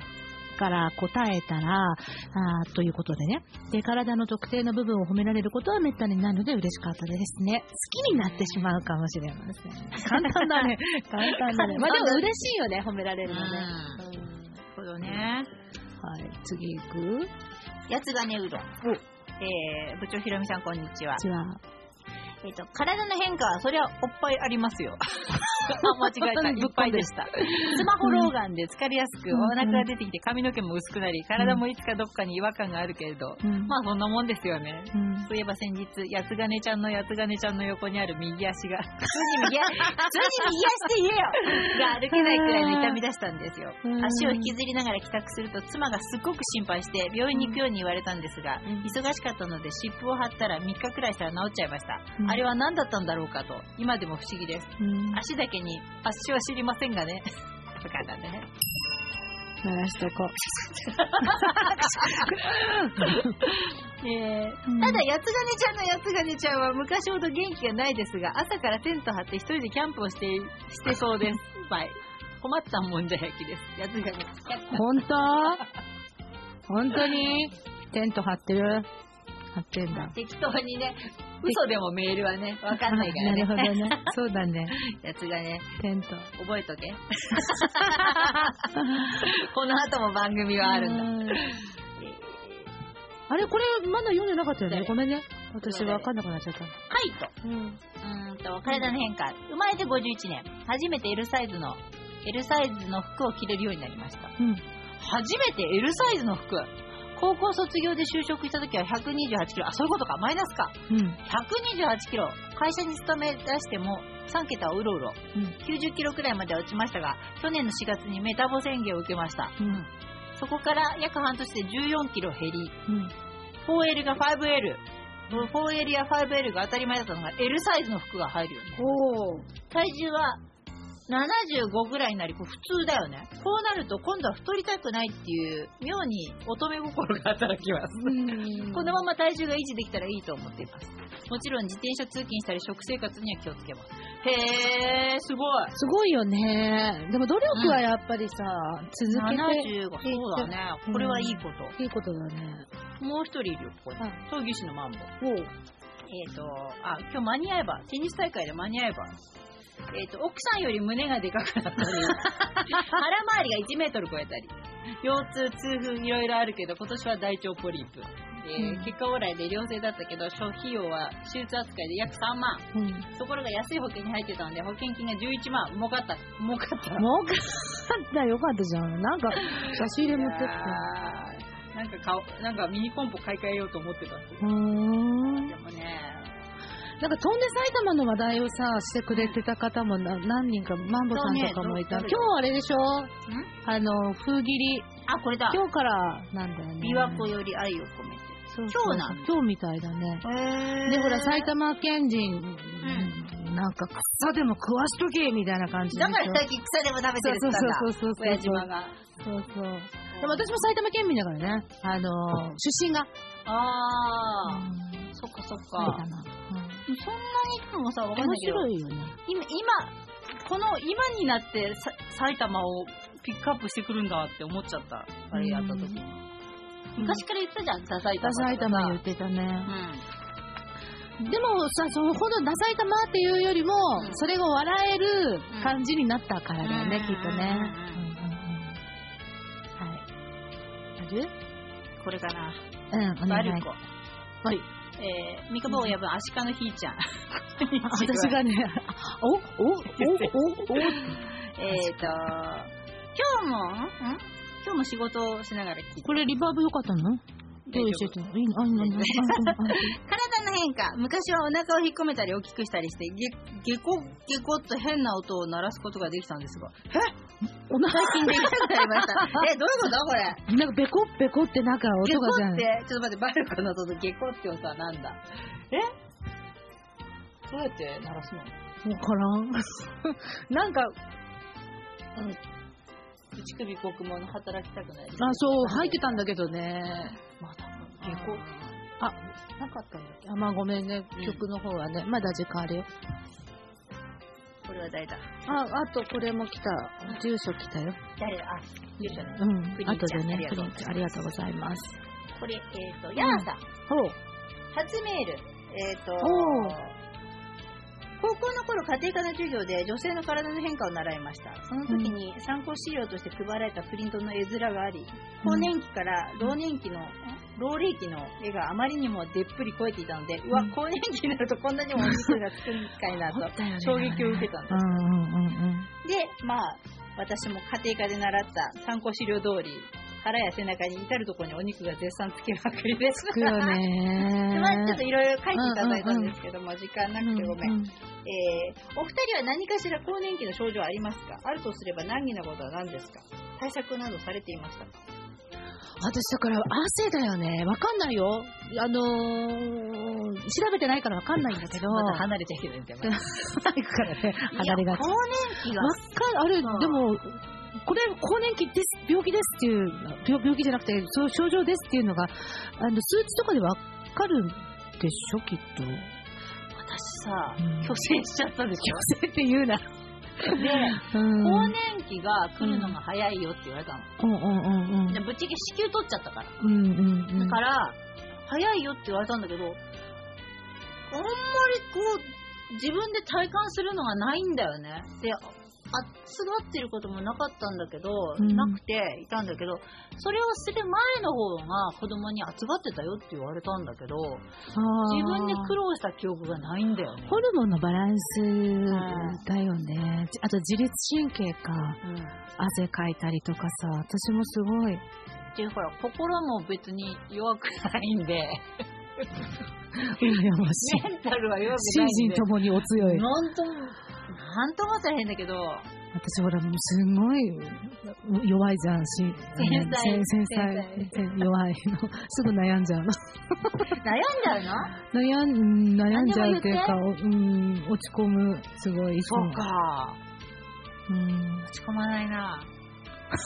Speaker 1: から答えたらあーということでねで体の特定の部分を褒められることはめったにないので嬉しかったですね好きになってしまうかもしれません簡単だね簡単だね まあでも嬉しいよね褒められるのね、
Speaker 3: なるほどね。
Speaker 1: はい次行く
Speaker 2: やつがねうどん。えー、部長ひろみさんこんにちは。
Speaker 1: じゃあ
Speaker 2: えっ、と、体の変化は、そりゃおっぱいあります よ。あ、間違えた。いっぱいでした。スマホ老眼で疲れやすく、
Speaker 1: うん
Speaker 2: お腹が出てきて髪の毛も薄くなり、体もいつかどっかに違和感があるけれど、
Speaker 1: うん
Speaker 2: まあそんなもんですよね。
Speaker 1: うん
Speaker 2: そういえば先日、八つ金ちゃんの八つ金ちゃんの横にある右足が、普通に右足、普通に右足で言えよが歩けないくらいの痛み出したんですよ
Speaker 1: う。ん
Speaker 2: 足を引きずりながら帰宅すると妻がすっごく心配して病院に行くように言われたんですが、
Speaker 1: うん
Speaker 2: 忙しかったので湿布を貼ったら3日くらいしたら治っちゃいました。
Speaker 1: うん
Speaker 2: あれは何だったんだろうかと、今でも不思議です。
Speaker 1: うん
Speaker 2: 足だけに、足は知りませんがね。 とかだね。
Speaker 1: 鳴らしとこう。
Speaker 2: えーただ、八つ金ちゃんの八つ金ちゃんは昔ほど元気がないですが、朝からテント張って一人でキャンプをして、してそうです。 はい。困ったもんじゃ焼きです。八つ金ちゃん。
Speaker 1: 本当本当にテント張ってる張ってんだ。
Speaker 2: 適当にね、嘘でもメールはね、わかんないから
Speaker 1: なるほ
Speaker 2: ね。
Speaker 1: どね。そうだね。
Speaker 2: 八つ金、
Speaker 1: テント。
Speaker 2: 覚えとけ。 この後も番組はあるんだ。
Speaker 1: だ。あれこれまだ読んでなかったよね。
Speaker 2: 誰
Speaker 1: ごめんね。私わかんなくなっちゃった。
Speaker 2: はい
Speaker 1: う
Speaker 2: と。
Speaker 1: ん。
Speaker 2: うーんと、体の変化。生まれて51年、初めて L サイズの、L サイズの服を着れるようになりました。
Speaker 1: うん。
Speaker 2: 初めて L サイズの服。高校卒業で就職した時は128キロ。あ、そういうことか。マイナスか。
Speaker 1: うん。
Speaker 2: 128キロ。会社に勤め出しても3桁をうろうろ。90キロくらいまでは落ちましたが、去年の4月にメタボ宣言を受けました。
Speaker 1: うん。
Speaker 2: そこから約半年で14キロ減り、
Speaker 1: うん。
Speaker 2: 4L が 5L。4L や 5L が当たり前だったのが L サイズの服が入るよね。
Speaker 1: おお。
Speaker 2: 体重は75ぐらいになり、これ普通だよね。こうなると今度は太りたくないっていう、妙に乙女心が働きます。このまま体重が維持できたらいいと思っています。もちろん自転車通勤したり食生活には気をつけます。へー、すごい。
Speaker 1: すごいよね。でも努力はやっぱりさ、続けて
Speaker 2: 75。そうだね。これはいいこと。
Speaker 1: いいことだね。
Speaker 2: もう一人いるよ、ここに
Speaker 1: はい。
Speaker 2: 闘技士のマンボ。
Speaker 1: おお。
Speaker 2: えっ、と、あ、今日間に合えば、テニス大会で間に合えば、えっ、と、奥さんより胸がでか くなったり、腹周りが1メートル超えたり、腰痛、痛風、いろいろあるけど、今年は大腸ポリープ。えー
Speaker 1: うん
Speaker 2: 結果往来で良性だったけど、諸費用は手術扱いで約3万。
Speaker 1: うん。
Speaker 2: ところが安い保険に入ってたので、保険金が11万。儲かった。儲かった。
Speaker 1: 儲かったよかったじゃん。なん か、差し入れ持ってって。
Speaker 2: いやーなんか顔、なんかミニコンポ買い替えようと思ってたって。
Speaker 1: うーん。
Speaker 2: でもね、
Speaker 1: なんか、飛んで埼玉の話題をさ、してくれてた方もな何人か、マンボさんとかもいた。
Speaker 2: そうねど
Speaker 1: 今日あれでしょあの、風切り。
Speaker 2: あ、これだ。
Speaker 1: 今日からなんだよね。
Speaker 2: 琵琶湖より愛を込めて。
Speaker 1: そうそうそう
Speaker 2: 今日なんだ
Speaker 1: 今日みたいだね。
Speaker 2: で
Speaker 1: で、ほら、埼玉県人、なんか、草でも食わしとけみたいな感じでしょ
Speaker 2: だから最近草でも食べてるって言ったんだ。
Speaker 1: そうそうそうそうそう
Speaker 2: 親島が。
Speaker 1: そうそう。でも私も埼玉県民だからね。あの、出身が。
Speaker 2: あー、
Speaker 1: うん
Speaker 2: そっかそっ
Speaker 1: 埼玉。
Speaker 2: か。そんなにでもさ、わ
Speaker 1: う
Speaker 2: か
Speaker 1: ん
Speaker 2: んな
Speaker 1: 面
Speaker 2: いけど
Speaker 1: 白、いよね。
Speaker 2: 今、今、この今になってさ埼玉をピックアップしてくるんだって思っちゃった。あれやった時に。昔から言ってたじゃん、ザ埼玉とか
Speaker 1: ダ
Speaker 2: さ。
Speaker 1: サい玉言ってたね。でもさ、そのほどダサい玉っていうよりも、
Speaker 2: うん
Speaker 1: それが笑える感じになったからだよね、
Speaker 2: うん
Speaker 1: きっとね。
Speaker 2: う
Speaker 1: うんうんう
Speaker 2: ん
Speaker 1: んはい。
Speaker 2: うん。これかな。
Speaker 1: あるうん、お
Speaker 2: バ
Speaker 1: 願い。
Speaker 2: ルコ。
Speaker 1: はい。
Speaker 2: えー、三河親分、アシカのひーちゃん。
Speaker 1: 私がね、お、お、お、お、お、
Speaker 2: えっ、と、今日も、ん今日も仕事をしながら聞いて
Speaker 1: これリバーブ良かったのどういう人いいのあ、いいのあいいのあいいの
Speaker 2: 体の変化昔はお腹を引っ込めたり大きくしたりしてゲゲコゲコっと変な音を鳴らすことができたんですが
Speaker 1: お腹
Speaker 2: 最近できなくなりました えどういうことこれ
Speaker 1: なんかベコッベコってなんか
Speaker 2: ゲ
Speaker 1: 音
Speaker 2: コ
Speaker 1: がじゃ
Speaker 2: っ
Speaker 1: ん。
Speaker 2: てちょっと待ってバルコの音とゲコって音はなんだえどうやって鳴らすの
Speaker 1: わからん。なんか、
Speaker 2: 内首獄門の働きたくない
Speaker 1: あ、そう、入ってたんだけどね。
Speaker 2: まだ
Speaker 1: 下校
Speaker 2: あなかったんだ
Speaker 1: あ、まあごめんね
Speaker 2: う、ん
Speaker 1: 曲の方はね。まだ時間あるよ。
Speaker 2: これは誰だ
Speaker 1: あ、あとこれも来た。住所来たよ。
Speaker 2: 誰だあ住所ね
Speaker 1: うん
Speaker 2: プリンち。ゃん
Speaker 1: あとで
Speaker 2: あ
Speaker 1: ね
Speaker 2: りが、と
Speaker 1: プ
Speaker 2: う
Speaker 1: リンちゃんありがとうございます。
Speaker 2: これえっ、とヤーさん
Speaker 1: ほう。
Speaker 2: 初メール、えっ、と
Speaker 1: おう、
Speaker 2: 高校の頃家庭科の授業で女性の体の変化を習いました。その時に参考資料として配られたプリントの絵面があり、更年期から老年期の、老齢期の絵があまりにもでっぷり超えていたので、うわ
Speaker 1: うん、
Speaker 2: 更年期になるとこんなにもお肉がつくんかいなと
Speaker 1: だよね
Speaker 2: 衝撃を受けたんです
Speaker 1: う。んうんうんうん。
Speaker 2: で、まあ、私も家庭科で習った参考資料通り、腹や背中に至るところにお肉が絶賛つきまくりです。
Speaker 1: つくよ ね
Speaker 2: まあちょっといろいろ書いていただいたんですけども、時間なくてごめん。
Speaker 1: う
Speaker 2: えー、お二人は何かしら更年期の症状はありますかあるとすれば難儀なことは何ですか対策などされていましたか
Speaker 1: 私だから汗だよね。わかんないよ。あのー、調べてないからわかんないんだけ ど。
Speaker 3: 離れちゃいけないみたいな。
Speaker 1: 行くからね、 離れがち。
Speaker 2: いや更年期が
Speaker 1: わかる、あ
Speaker 2: うん
Speaker 1: れ、でも、これ、更年期です、病気ですっていう、病病気じゃなくて、そう症状ですっていうのが、あの数値とかでわかるんでしょ、きっと。
Speaker 2: 私さ
Speaker 1: うん
Speaker 2: 虚勢しちゃったでし
Speaker 1: 虚勢って言うな。
Speaker 2: ょで、
Speaker 1: うん。
Speaker 2: 更年期が来るのが早いよって言われたの。
Speaker 1: うんうんうんうん
Speaker 2: で、。ぶっちゃけ子宮取っちゃったから。
Speaker 1: うんうんうん。
Speaker 2: だから、早いよって言われたんだけど、あんまりこう、自分で体感するのがないんだよね。で、あ暑がってることもなかったんだけど、
Speaker 1: うん
Speaker 2: なくていたんだけど、それをする前の方が子供に暑がってたよって言われたんだけど、
Speaker 1: あー
Speaker 2: 自分で苦労した記憶がないんだよね。
Speaker 1: ホルモンのバランスだよね。あと自律神経か。
Speaker 2: うん、
Speaker 1: 汗かいたりとかさ、私もすごい。
Speaker 2: で、ほら、心も別に弱くないんで、
Speaker 1: いや、もうし
Speaker 2: メンタルは弱くな
Speaker 1: 心
Speaker 2: いん
Speaker 1: 身
Speaker 2: で
Speaker 1: と、もにお強い。
Speaker 2: なんとも、なんとも大変だけど、
Speaker 1: 私ほらもうすごい弱いじゃんし
Speaker 2: 繊細
Speaker 1: 繊細弱いのすぐ悩んじゃう の
Speaker 2: 悩んじゃうの
Speaker 1: 悩んうん悩んじゃうっていうか
Speaker 2: 何
Speaker 1: うん落ち込むすごいいつ
Speaker 2: そ
Speaker 1: も
Speaker 2: うか。
Speaker 1: うん
Speaker 2: 落ち込まない な落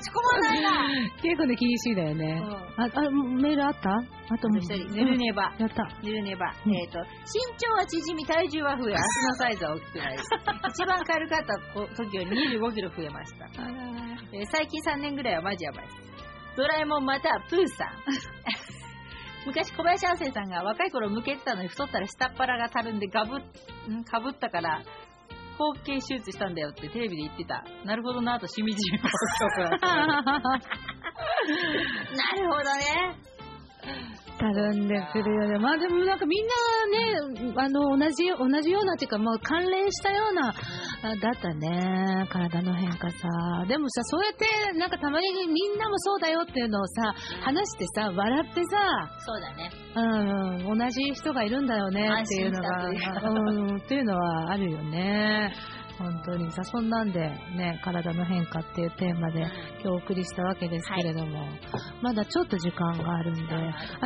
Speaker 2: ち込まないな
Speaker 1: 結構ね厳しいだよねああメールあったあと
Speaker 2: あ
Speaker 1: もう
Speaker 2: と一人、ぬるねば。
Speaker 1: やった
Speaker 2: ぬるねば。
Speaker 1: うん
Speaker 2: えっ、と、身長は縮み、体重は増え、足のサイズは大きく なり、一番軽かったこ時より25キロ増えました。えー最近3年ぐらいはマジやばいです。ドラえもんまたはプー さん。昔小林亜生さんが若い頃向けてたのに太ったら下っ腹がたるんでガブんかぶったから後頸手術したんだよってテレビで言ってた。なるほどなぁとしみじみ思 っておくわなるほどね。
Speaker 1: たるんでくるよね。まあでもなんかみんなね、あの、同じよ、同じようなっていうか、もう関連したような、あだったね。体の変化さ。でもさ、そうやって、なんかたまにみんなもそうだよっていうのをさ、話してさ、笑ってさ、
Speaker 2: そうだね。
Speaker 1: うん、うん同じ人がいるんだよねっていうのが、
Speaker 2: 安心したと
Speaker 1: うん、っていうのはあるよね。本当にさ、そんなんで、ね、体の変化っていうテーマで、今日お送りしたわけですけれども、まだちょっと時間があるんで、あ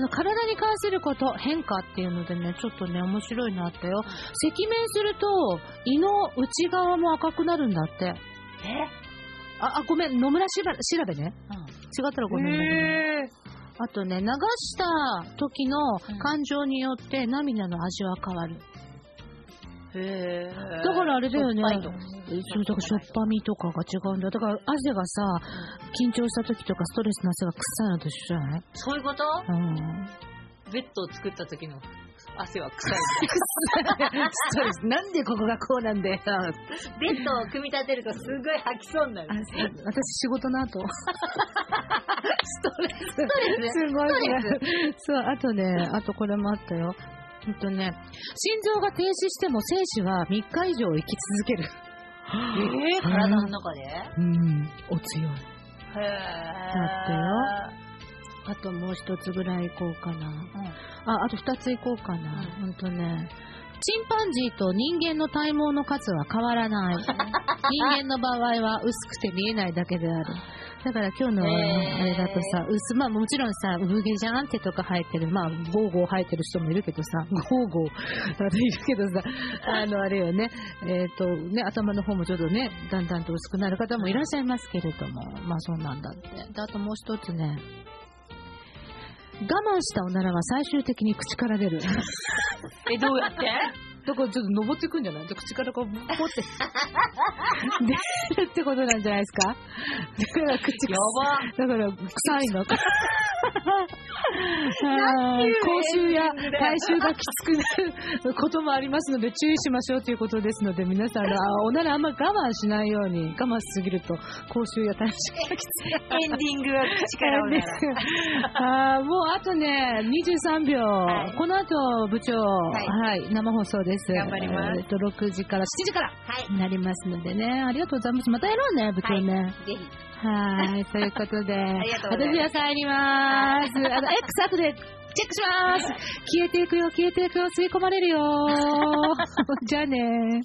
Speaker 1: の、体に関すること、変化っていうのでね、ちょっとね、面白いなったよ。赤面すると、胃の内側も赤くなるんだって。
Speaker 2: え
Speaker 1: あ、あごめん、野村しば調べね。
Speaker 2: うん
Speaker 1: 違ったらごめんね。あとね、流した時の感情によって涙の味は変わる。
Speaker 2: へ
Speaker 1: だからあれだよね
Speaker 2: しょっぱいと
Speaker 1: そうだからしょっぱみとかが違うんだよ。だから汗がさ、緊張した時とかストレスの汗が臭いのと一緒じゃない
Speaker 2: そういうこと
Speaker 1: うん。
Speaker 3: ベッドを作った時の汗は臭い。
Speaker 1: そうです。なんでここがこうなんだよ。
Speaker 2: ベッドを組み立てるとすごい吐きそうになる。
Speaker 1: 私仕事の後。ストレス。すごいこれ
Speaker 2: スト
Speaker 1: そう、あとね、あとこれもあったよ。ほんとね、心臓が停止しても精子は3日以上生き続ける。
Speaker 2: えー、体の中でへ
Speaker 1: うん、お強い。
Speaker 2: え。
Speaker 1: ってあともう一つぐらい行こうかな。あ、あと二つ行こうかな。ほんとね。チンパンジーと人間の体毛の数は変わらない。人間の場合は薄くて見えないだけである。だから今日のあ
Speaker 2: へー
Speaker 1: れだとさ、薄、まあもちろんさ、産毛じゃんってとか生えてる、まあゴーゴー生えてる人もいるけどさ、ゴーゴーあといるけど さ、あのあれよね、えっ、とね、頭の方もちょっとね、だんだんと薄くなる方もいらっしゃいますけれども、まあそうなんだって。であともう一つね、我慢したおならは最終的に口から出る。
Speaker 2: え、ど うやって
Speaker 1: だからちょっと登ってくんじゃない口からこう、ポ って。出るってことなんじゃないですかだから口が。だ
Speaker 2: やば。
Speaker 1: から臭い のか。あー口臭や体臭がきつくなることもありますので注意しましょうということですので皆さんあーおならあんま我慢しないように我慢しすぎると口臭や体臭がきつくなる
Speaker 2: エンディングは口からおなら。
Speaker 1: あーもうあとね、23秒。
Speaker 2: はい
Speaker 1: この後、部長、はい、生放送です。
Speaker 2: 頑張ります
Speaker 1: えーっと、6時から7時から
Speaker 2: はい。
Speaker 1: になりますのでね、ありがとうございます。またやろうね、部長ね。
Speaker 2: ぜひ。
Speaker 1: はい、ということ で、
Speaker 2: りがとうございます
Speaker 1: 私は帰ります。 あの、X 後でチェックし ます。消えていくよ、消えていくよ、吸い込まれるよ。じゃあね。